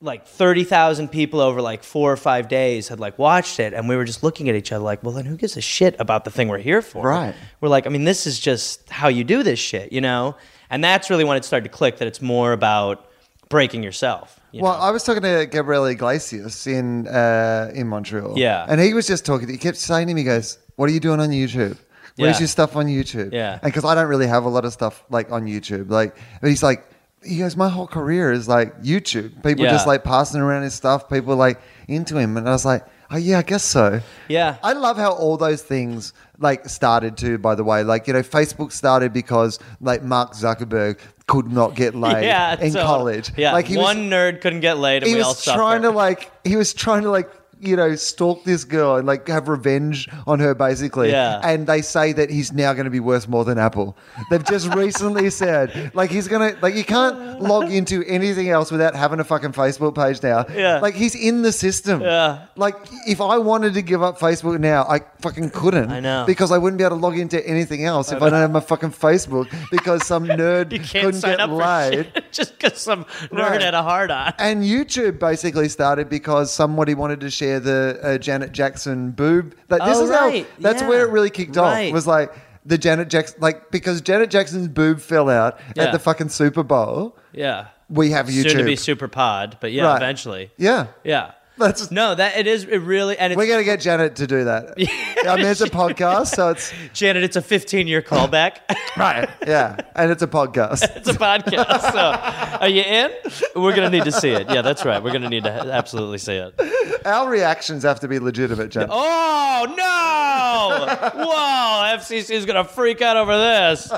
S3: like 30,000 people over like four or five days had like watched it and we were just looking at each other like well then who gives a shit about the thing we're here for
S1: Right.
S3: we're like i mean this is just how you do this shit you know and that's really when it started to click that it's more about breaking yourself you
S1: Well,
S3: know?
S1: I was talking to Gabriel Iglesias in uh, in Montreal.
S3: Yeah.
S1: and he was just talking. He kept saying to me, he "Goes, what are you doing on YouTube? Where's
S3: Yeah.
S1: your stuff on YouTube?"
S3: Yeah.
S1: and because I don't really have a lot of stuff like on YouTube. Like, but he's like, he goes, "My whole career is like YouTube. People
S3: Yeah.
S1: just like passing around his stuff. People like into him." And I was like, "Oh yeah, I guess so."
S3: Yeah.
S1: I love how all those things like started too. By the way, like you know, Facebook started because like Mark Zuckerberg could not get laid
S3: yeah,
S1: in
S3: so-
S1: college.
S3: Yeah,
S1: like was-
S3: one nerd couldn't get laid, and
S1: he
S3: we all
S1: was
S3: suffer.
S1: trying to like he was trying to like you know stalk this girl and like have revenge on her basically
S3: Yeah.
S1: and they say that he's now going to be worth more than apple they've just recently said like he's going to like you can't log into anything else without having a fucking facebook page now
S3: Yeah.
S1: like he's in the system
S3: Yeah.
S1: like if i wanted to give up facebook now i fucking couldn't
S3: I know.
S1: because i wouldn't be able to log into anything else if i don't have my fucking facebook because some nerd
S3: you can't
S1: couldn't
S3: sign
S1: get
S3: up
S1: laid
S3: for shit just because some nerd
S1: Right.
S3: had a hard on.
S1: and YouTube basically started because somebody wanted to share the uh, Janet Jackson boob. Like this
S3: Oh,
S1: is
S3: right.
S1: how that's
S3: Yeah.
S1: where it really kicked
S3: Right.
S1: off. Was like the Janet Jackson like because Janet Jackson's boob fell out
S3: Yeah.
S1: at the fucking Super Bowl.
S3: Yeah,
S1: We have YouTube.
S3: soon to be super pod, but yeah,
S1: Right.
S3: eventually.
S1: yeah.
S3: Yeah,
S1: That's-
S3: no, that it is. It really and it's
S1: We're gonna get Janet to do that. I mean, it's a podcast, so it's
S3: Janet. It's a 15 year callback.
S1: right. Yeah, and it's a podcast.
S3: it's a podcast. So, are you in? We're gonna need to see it. Yeah, that's right. We're gonna need to ha- absolutely see it.
S1: Our reactions have to be legitimate, Janet.
S3: Oh no! Whoa, FCC's gonna freak out over this.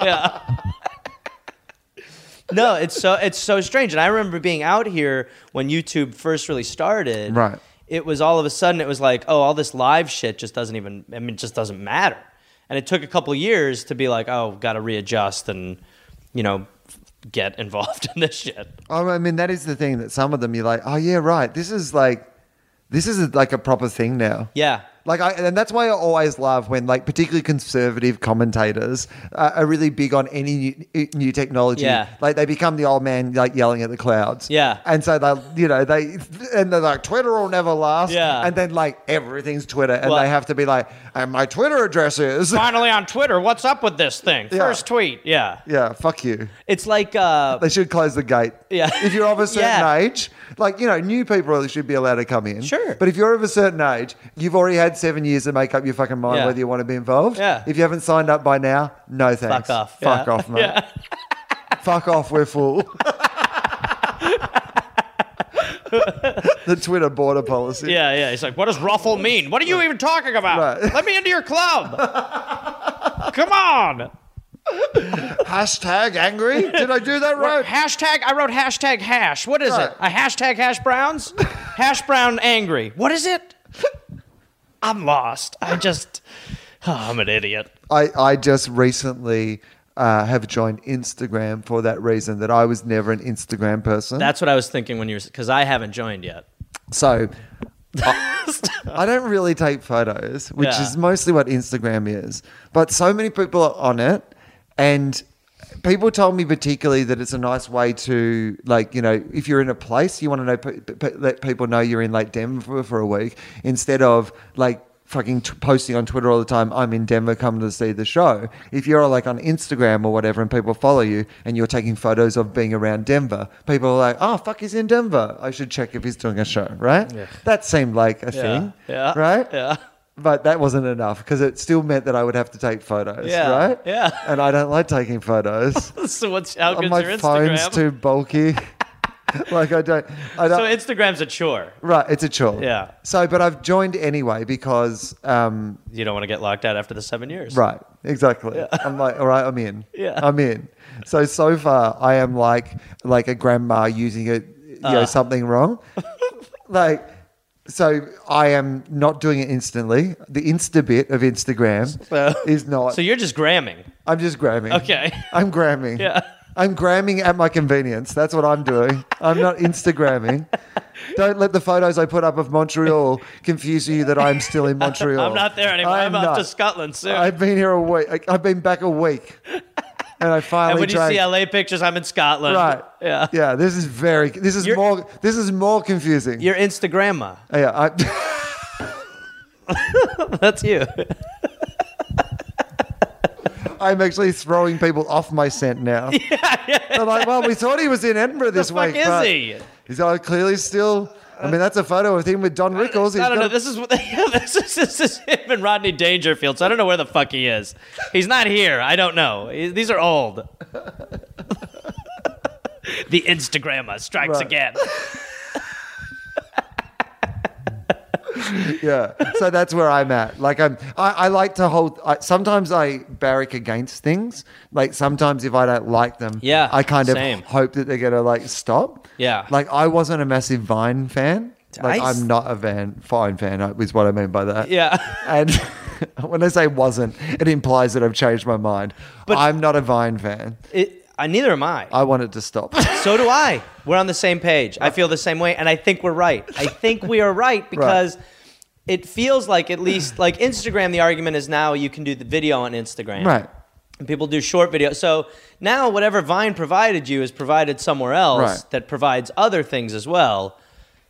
S3: Yeah. No, it's so it's so strange, and I remember being out here when YouTube first really started.
S1: Right.
S3: It was all of a sudden it was like, oh, all this live shit just doesn't even. I mean, it just doesn't matter. And it took a couple years to be like, oh, got to readjust and, you know, get involved in this shit.
S1: Oh, I mean, that is the thing that some of them you're like, oh yeah, right. This is like, this is like a proper thing now.
S3: Yeah.
S1: Like I, and that's why I always love when like particularly conservative commentators uh, are really big on any new, new technology.
S3: Yeah.
S1: Like they become the old man like yelling at the clouds.
S3: Yeah.
S1: And so they, you know, they and they're like Twitter will never last.
S3: Yeah.
S1: And then like everything's Twitter, and
S3: Well-
S1: they have to be like, and my Twitter address is.
S3: Finally on Twitter, what's up with this thing?
S1: Yeah.
S3: First tweet. Yeah.
S1: Yeah, fuck you.
S3: It's like uh
S1: They should close the gate.
S3: Yeah.
S1: If you're of a certain
S3: Yeah.
S1: age, like, you know, new people should be allowed to come in.
S3: Sure.
S1: But if you're of a certain age, you've already had seven years to make up your fucking mind
S3: Yeah.
S1: whether you want to be involved.
S3: Yeah.
S1: If you haven't signed up by now, no thanks.
S3: Fuck off.
S1: Fuck
S3: Yeah.
S1: off, mate. Fuck off, we're full. the Twitter border policy.
S3: yeah, yeah. He's like, what does ruffle mean? What are you even talking about?
S1: Right.
S3: Let me into your club. Come on.
S1: Hashtag angry. Did I do that right?
S3: Hashtag I wrote hashtag hash. What is
S1: Right.
S3: it? A hashtag hash browns? hash brown angry. What is it? I'm lost. I just oh, I'm an idiot.
S1: I, I just recently uh, have joined Instagram for that reason that I was never an Instagram person.
S3: That's what I was thinking when you were because I haven't joined yet.
S1: so I, I don't really take photos, which
S3: Yeah.
S1: is mostly what Instagram is. But so many people are on it, and people told me particularly that it's a nice way to like you know if you're in a place you want to know pe- pe- pe- let people know you're in like Denver for, for a week instead of like fucking t- posting on Twitter all the time I'm in Denver come to see the show if you're like on Instagram or whatever and people follow you and you're taking photos of being around Denver people are like oh fuck he's in Denver I should check if he's doing a show right that seemed like a thing
S3: Yeah.
S1: right
S3: Yeah.
S1: but that wasn't enough because it still meant that I would have to take photos,
S3: Yeah,
S1: right?
S3: yeah.
S1: And I don't like taking photos.
S3: So what's how
S1: And
S3: good's
S1: my
S3: your
S1: phone's
S3: Instagram?
S1: too bulky. like I don't, I don't.
S3: so Instagram's a chore.
S1: right, it's a chore.
S3: Yeah.
S1: So, but I've joined anyway because, um,
S3: You don't want to get locked out after the seven years.
S1: right, exactly. I'm like, all right, I'm in.
S3: Yeah.
S1: I'm in. So so far, I am like like a grandma using a you
S3: Uh.
S1: know something wrong, like. So I am not doing it instantly. The Insta bit of Instagram is not.
S3: So you're just gramming.
S1: I'm just gramming.
S3: Okay.
S1: I'm gramming.
S3: Yeah.
S1: I'm gramming at my convenience. That's what I'm doing. I'm not Instagramming. Don't let the photos I put up of Montreal confuse you that I'm still in Montreal.
S3: I'm not there anymore.
S1: I
S3: I'm
S1: am
S3: off to
S1: not.
S3: Scotland soon.
S1: I've been here a week. I- I've been back a week, and I finally
S3: and when you
S1: drank.
S3: see LA pictures, I'm in Scotland.
S1: right.
S3: Yeah.
S1: Yeah. This is very. This is
S3: You're-
S1: more. This is more confusing.
S3: You're Instagramma.
S1: Yeah. I,
S3: That's you.
S1: I'm actually throwing people off my scent now. They're like, well, we thought he was in Edinburgh this
S3: fuck
S1: week.
S3: is
S1: but
S3: he?
S1: He's all clearly still. I mean, that's a photo of him with Don Rickles. He's
S3: I don't know.
S1: got a-
S3: This is what this is. This is him and Rodney Dangerfield. So I don't know where the fuck he is. He's not here. I don't know. He- These are old. the Instagrammer strikes
S1: Right.
S3: again.
S1: yeah. So that's where I'm at. Like I'm, I, I like to hold. I, sometimes I barrack against things. Like sometimes if I don't like them,
S3: Yeah,
S1: I kind of
S3: same.
S1: hope that they're gonna like stop.
S3: Yeah.
S1: Like I wasn't a massive Vine fan. Like
S3: I
S1: I
S3: s-
S1: am not a Van Vine fan. uh, Is what I mean by that.
S3: Yeah.
S1: And when I say wasn't, it implies that I've changed my mind. But I'm not a Vine fan.
S3: It, I, neither am I.
S1: I want it to stop.
S3: So do I. We're on the same page. I feel the same way, and I think we're right. I think we are right because it feels like at least like Instagram. The argument is now you can do the video on Instagram,
S1: Right.
S3: And people do short video. So now whatever Vine provided you is provided somewhere else
S1: Right.
S3: that provides other things as well.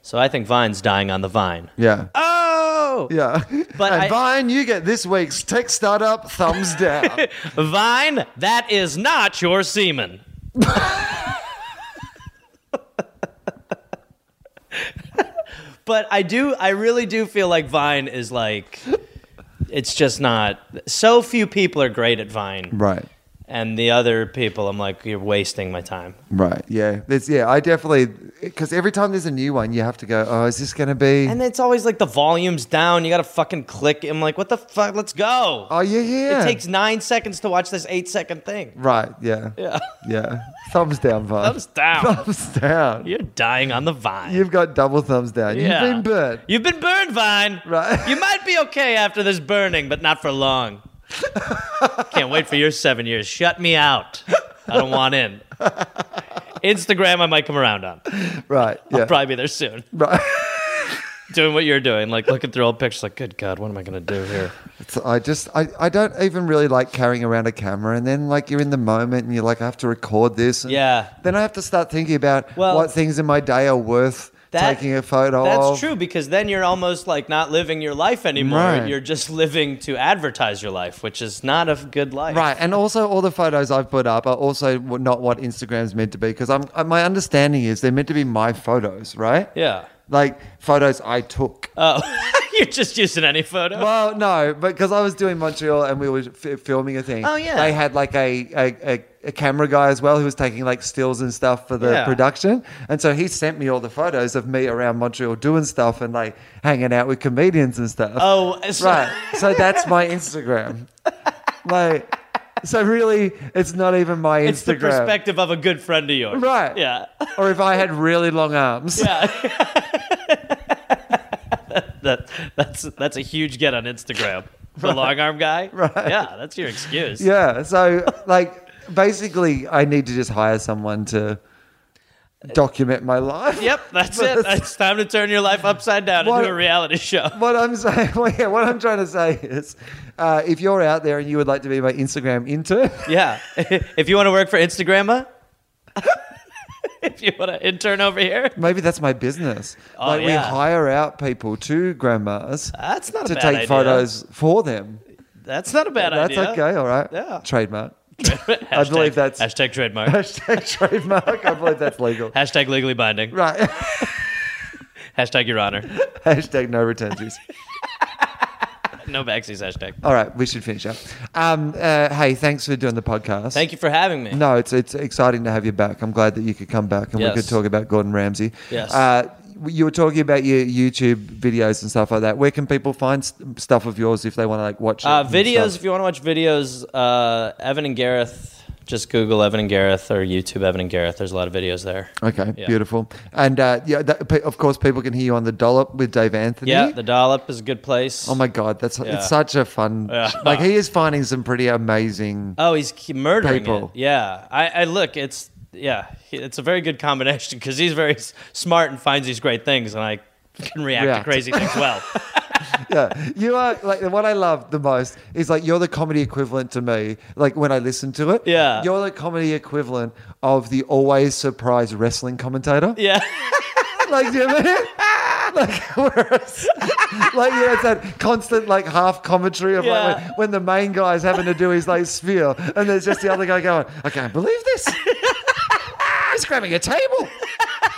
S3: So I think Vine's dying on the vine.
S1: Yeah.
S3: Oh,
S1: Yeah.
S3: But
S1: and
S3: I-
S1: Vine, you get this week's tech startup thumbs down.
S3: Vine, that is not your semen. but I do, I really do feel like Vine is like, it's just not. So few people are great at Vine,
S1: right.
S3: and the other people, I'm like, you're wasting my time.
S1: Right. Yeah. There's, yeah. I definitely because every time there's a new one, you have to go. Oh, is this going to be?
S3: And it's always like the volume's down. You gotta fucking click. I'm like, what the fuck? Let's go.
S1: oh, yeah, yeah.
S3: It takes nine seconds to watch this eight second thing.
S1: Right. Yeah.
S3: Yeah.
S1: Yeah. Thumbs down, Vine.
S3: Thumbs down.
S1: Thumbs down.
S3: You're dying on the vine.
S1: You've got double thumbs down.
S3: Yeah.
S1: You've been burnt.
S3: You've been burned, Vine.
S1: Right.
S3: You might be okay after this burning, but not for long. Can't wait for your seven years. Shut me out. I don't want in. Instagram, I might come around on.
S1: Right. Yeah.
S3: Probably be there soon.
S1: Right.
S3: doing what you're doing, like looking through old pictures, like, good God, what am I going to do here?
S1: So I just I, I don't even really like carrying around a camera and then like you're in the moment and you're like I have to record this and
S3: Yeah.
S1: then I have to start thinking about
S3: Well-
S1: what things in my day are worth
S3: That-
S1: taking a photo
S3: That's
S1: of.
S3: true because then you're almost like not living your life anymore.
S1: Right.
S3: You're just living to advertise your life, which is not a good life.
S1: Right, and also all the photos I've put up are also w- not what Instagram's meant to be because I'm uh, my understanding is they're meant to be my photos, right?
S3: Yeah.
S1: Like photos I took.
S3: Oh, you're just using any photo.
S1: well, no, but because I was doing Montreal and we were f- filming a thing.
S3: Oh, yeah.
S1: they had like a a, a a camera guy as well who was taking like stills and stuff for the
S3: Yeah.
S1: production, and so he sent me all the photos of me around Montreal doing stuff and like hanging out with comedians and stuff.
S3: oh, it's
S1: Right. So that's my Instagram. Like, so really, it's not even my Instagram.
S3: It's the perspective of a good friend of yours.
S1: Right.
S3: Yeah.
S1: Or if I had really long arms.
S3: Yeah. that, that's that's a huge get on Instagram. The long arm guy. Right. Yeah, that's your excuse.
S1: Yeah. So, like, basically, I need to just hire someone to document my life.
S3: Yep, that's it. It's time to turn your life upside down and
S1: What-
S3: do a reality show.
S1: What I'm saying, well, yeah, what I'm trying to say is, uh, if you're out there and you would like to be my Instagram intern,
S3: Yeah. if you want to work for Instagramma, if you want to intern over here,
S1: maybe that's my business.
S3: Oh,
S1: like we
S3: yeah.
S1: hire out people to grandmas
S3: that's not a
S1: to
S3: bad
S1: take
S3: idea.
S1: photos for them.
S3: That's not a bad
S1: That's
S3: idea.
S1: okay. All right.
S3: Yeah.
S1: Trademark.
S3: Hashtag,
S1: I believe that's-
S3: hashtag trademark.
S1: Hashtag trademark. I believe that's legal.
S3: hashtag legally binding.
S1: Right.
S3: Hashtag your honor.
S1: Hashtag no returns.
S3: No backseas hashtag.
S1: All right, we should finish up. Um, uh, hey, thanks for doing the podcast.
S3: Thank you for having me.
S1: No, it's it's exciting to have you back. I'm glad that you could come back and
S3: Yes.
S1: we could talk about Gordon Ramsay.
S3: Yes.
S1: Uh, you were talking about your YouTube videos and stuff like that. Where can people find st- stuff of yours if they want to like watch it
S3: Uh,
S1: and
S3: videos,
S1: stuff?
S3: if you want to watch videos, uh, Evan and Gareth, just Google Evan and Gareth or YouTube Evan and Gareth. There's a lot of videos there.
S1: Okay,
S3: Yeah.
S1: beautiful. And uh, yeah, that, pe- of course, people can hear you on the dollop with Dave Anthony.
S3: Yeah, The Dollop is a good place.
S1: Oh my God, that's
S3: Yeah.
S1: it's such a fun.
S3: Yeah.
S1: Like he is finding some pretty amazing.
S3: Oh, he's k- murdering
S1: People.
S3: it. Yeah, I, I look. It's yeah, he- it's a very good combination because he's very s- smart and finds these great things, and I can react
S1: React.
S3: to crazy things well.
S1: yeah, you are like what I love the most is like you're the comedy equivalent to me. Like when I listen to it,
S3: Yeah.
S1: you're the comedy equivalent of the always surprise wrestling commentator.
S3: yeah,
S1: Like, do you know what I mean? Like, whereas, like, yeah, it's that constant, like, half commentary of like
S3: Yeah.
S1: when, when the main guy's having to do his like spiel, and there's just the other guy going, "I can't believe this! He's grabbing a table.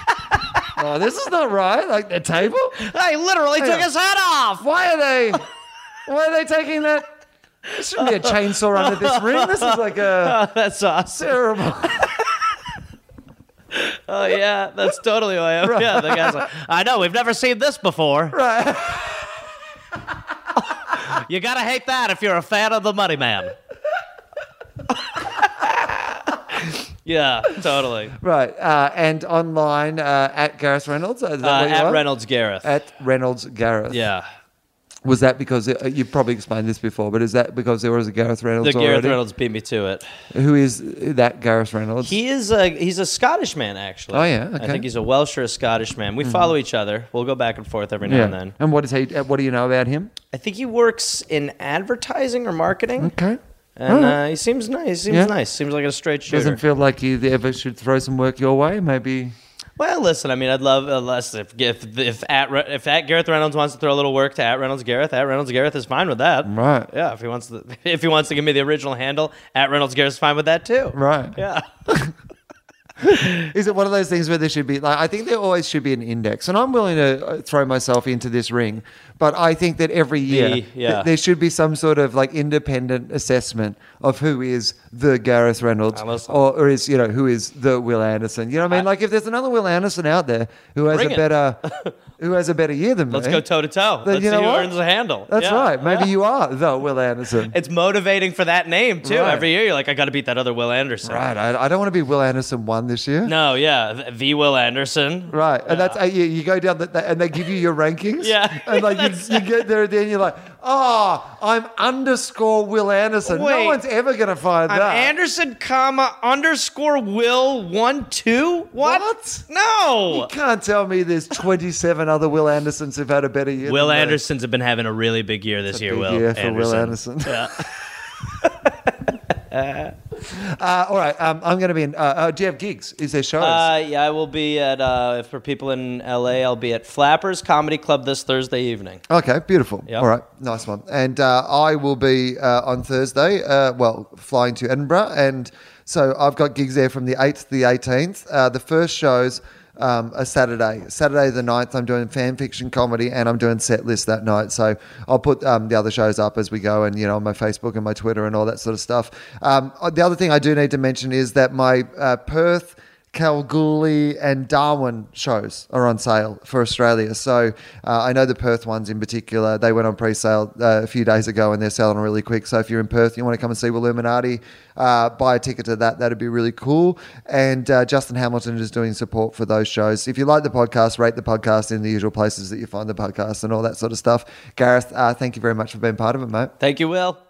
S1: oh, this is not right. Like the table.
S3: I literally took
S1: on.
S3: his head off.
S1: Why are they? Why are they taking that? There shouldn't be a chainsaw under this ring. This is like a
S3: That's awesome.
S1: terrible.
S3: Oh yeah, that's totally who I am. Yeah, the guy's like, I know we've never seen this before.
S1: Right.
S3: You gotta hate that if you're a fan of the Money Man. yeah, totally.
S1: Right. Uh, and online uh, at Gareth Reynolds. Is that
S3: Uh,
S1: where you
S3: at
S1: are?
S3: Reynolds Gareth.
S1: At Reynolds Gareth.
S3: yeah.
S1: Was that because uh, you probably explained this before? But is that because there was a Gareth Reynolds?
S3: The Gareth
S1: already?
S3: Reynolds beat me to it.
S1: Who is that Gareth Reynolds?
S3: He is a he's a Scottish man actually.
S1: Oh, yeah?
S3: I
S1: Okay. Mm-hmm.
S3: think he's a Welsh or a Scottish man. We follow each other. We'll go back and forth every now and then.
S1: And what is he? uh, What do you know about him?
S3: I think he works in advertising or marketing.
S1: Okay.
S3: And
S1: Alright.
S3: uh, he seems nice. He seems
S1: Yeah.
S3: nice. Seems like a straight shooter.
S1: Doesn't feel like you ever should throw some work your way. Maybe.
S3: well, listen. I mean, I'd love unless if if if at Re- if at Gareth Reynolds wants to throw a little work to at Reynolds Gareth, at Reynolds Gareth is fine with that.
S1: Right.
S3: Yeah. If he wants to, if he wants to give me the original handle, at Reynolds Gareth is fine with that too.
S1: Right.
S3: Yeah.
S1: Is it one of those things where there should be like I think there always should be an index, and I'm willing to uh, throw myself into this ring, but I think that every year th-
S3: yeah.
S1: there should be some sort of like independent assessment of who is the Gareth Reynolds
S3: Alice.
S1: or, or is you know who is the Will Anderson. You know what I mean? like if there's another Will Anderson out there who has
S3: Bring
S1: a
S3: it.
S1: better who has a better year than
S3: Let's
S1: me,
S3: go toe to toe.
S1: then
S3: Let's
S1: you
S3: see
S1: know
S3: who
S1: what?
S3: earns the handle.
S1: That's
S3: Yeah.
S1: right. Maybe you are the Will Anderson.
S3: it's motivating for that name too.
S1: Right.
S3: Every year, you're like, I got to beat that other Will Anderson.
S1: right. I, I don't want to be Will Anderson one this year.
S3: No, yeah, th- the Will Anderson.
S1: Right, and that's uh, you, you go down the, the, and they give you your rankings.
S3: Yeah.
S1: and like you, you get there at the end, you're like, oh, I'm underscore Will Anderson. no
S3: Wait.
S1: one's ever gonna find
S3: I'm
S1: that.
S3: Anderson, comma underscore Will one two. What?
S1: What?
S3: No.
S1: you can't tell me there's 27 other Will Andersons who've had a better year.
S3: Will
S1: than they.
S3: Anderson's have been having a really big year this year.
S1: Big
S3: Will
S1: year for Will
S3: Anderson.
S1: Anderson. uh, all right, um, I'm going to be in. Uh, uh, do you have gigs? Is there shows?
S3: Uh, yeah, I will be at. Uh, if for people in LA, I'll be at Flappers Comedy Club this Thursday evening.
S1: Okay, beautiful.
S3: Yeah.
S1: All right, nice one. And uh, I will be uh, on Thursday, uh, well, flying to Edinburgh. And so I've got gigs there from the 8th to the 18th. Uh, the first shows um, are Saturday. Saturday the 9th, I'm doing fan fiction comedy and I'm doing set list that night. So I'll put um, the other shows up as we go and, you know, on my Facebook and my Twitter and all that sort of stuff. Um, uh, the other thing I do need to mention is that my uh, Perth. Kalgoorlie and Darwin shows are on sale for Australia. So uh, I know the Perth ones in particular, they went on pre sale uh, a few days ago and they're selling really quick. So if you're in Perth, you want to come and see Illuminati, uh, buy a ticket to that. That'd be really cool. And uh, Justin Hamilton is doing support for those shows. If you like the podcast, rate the podcast in the usual places that you find the podcast and all that sort of stuff. Gareth, uh, thank you very much for being part of it, mate.
S3: Thank you, Will.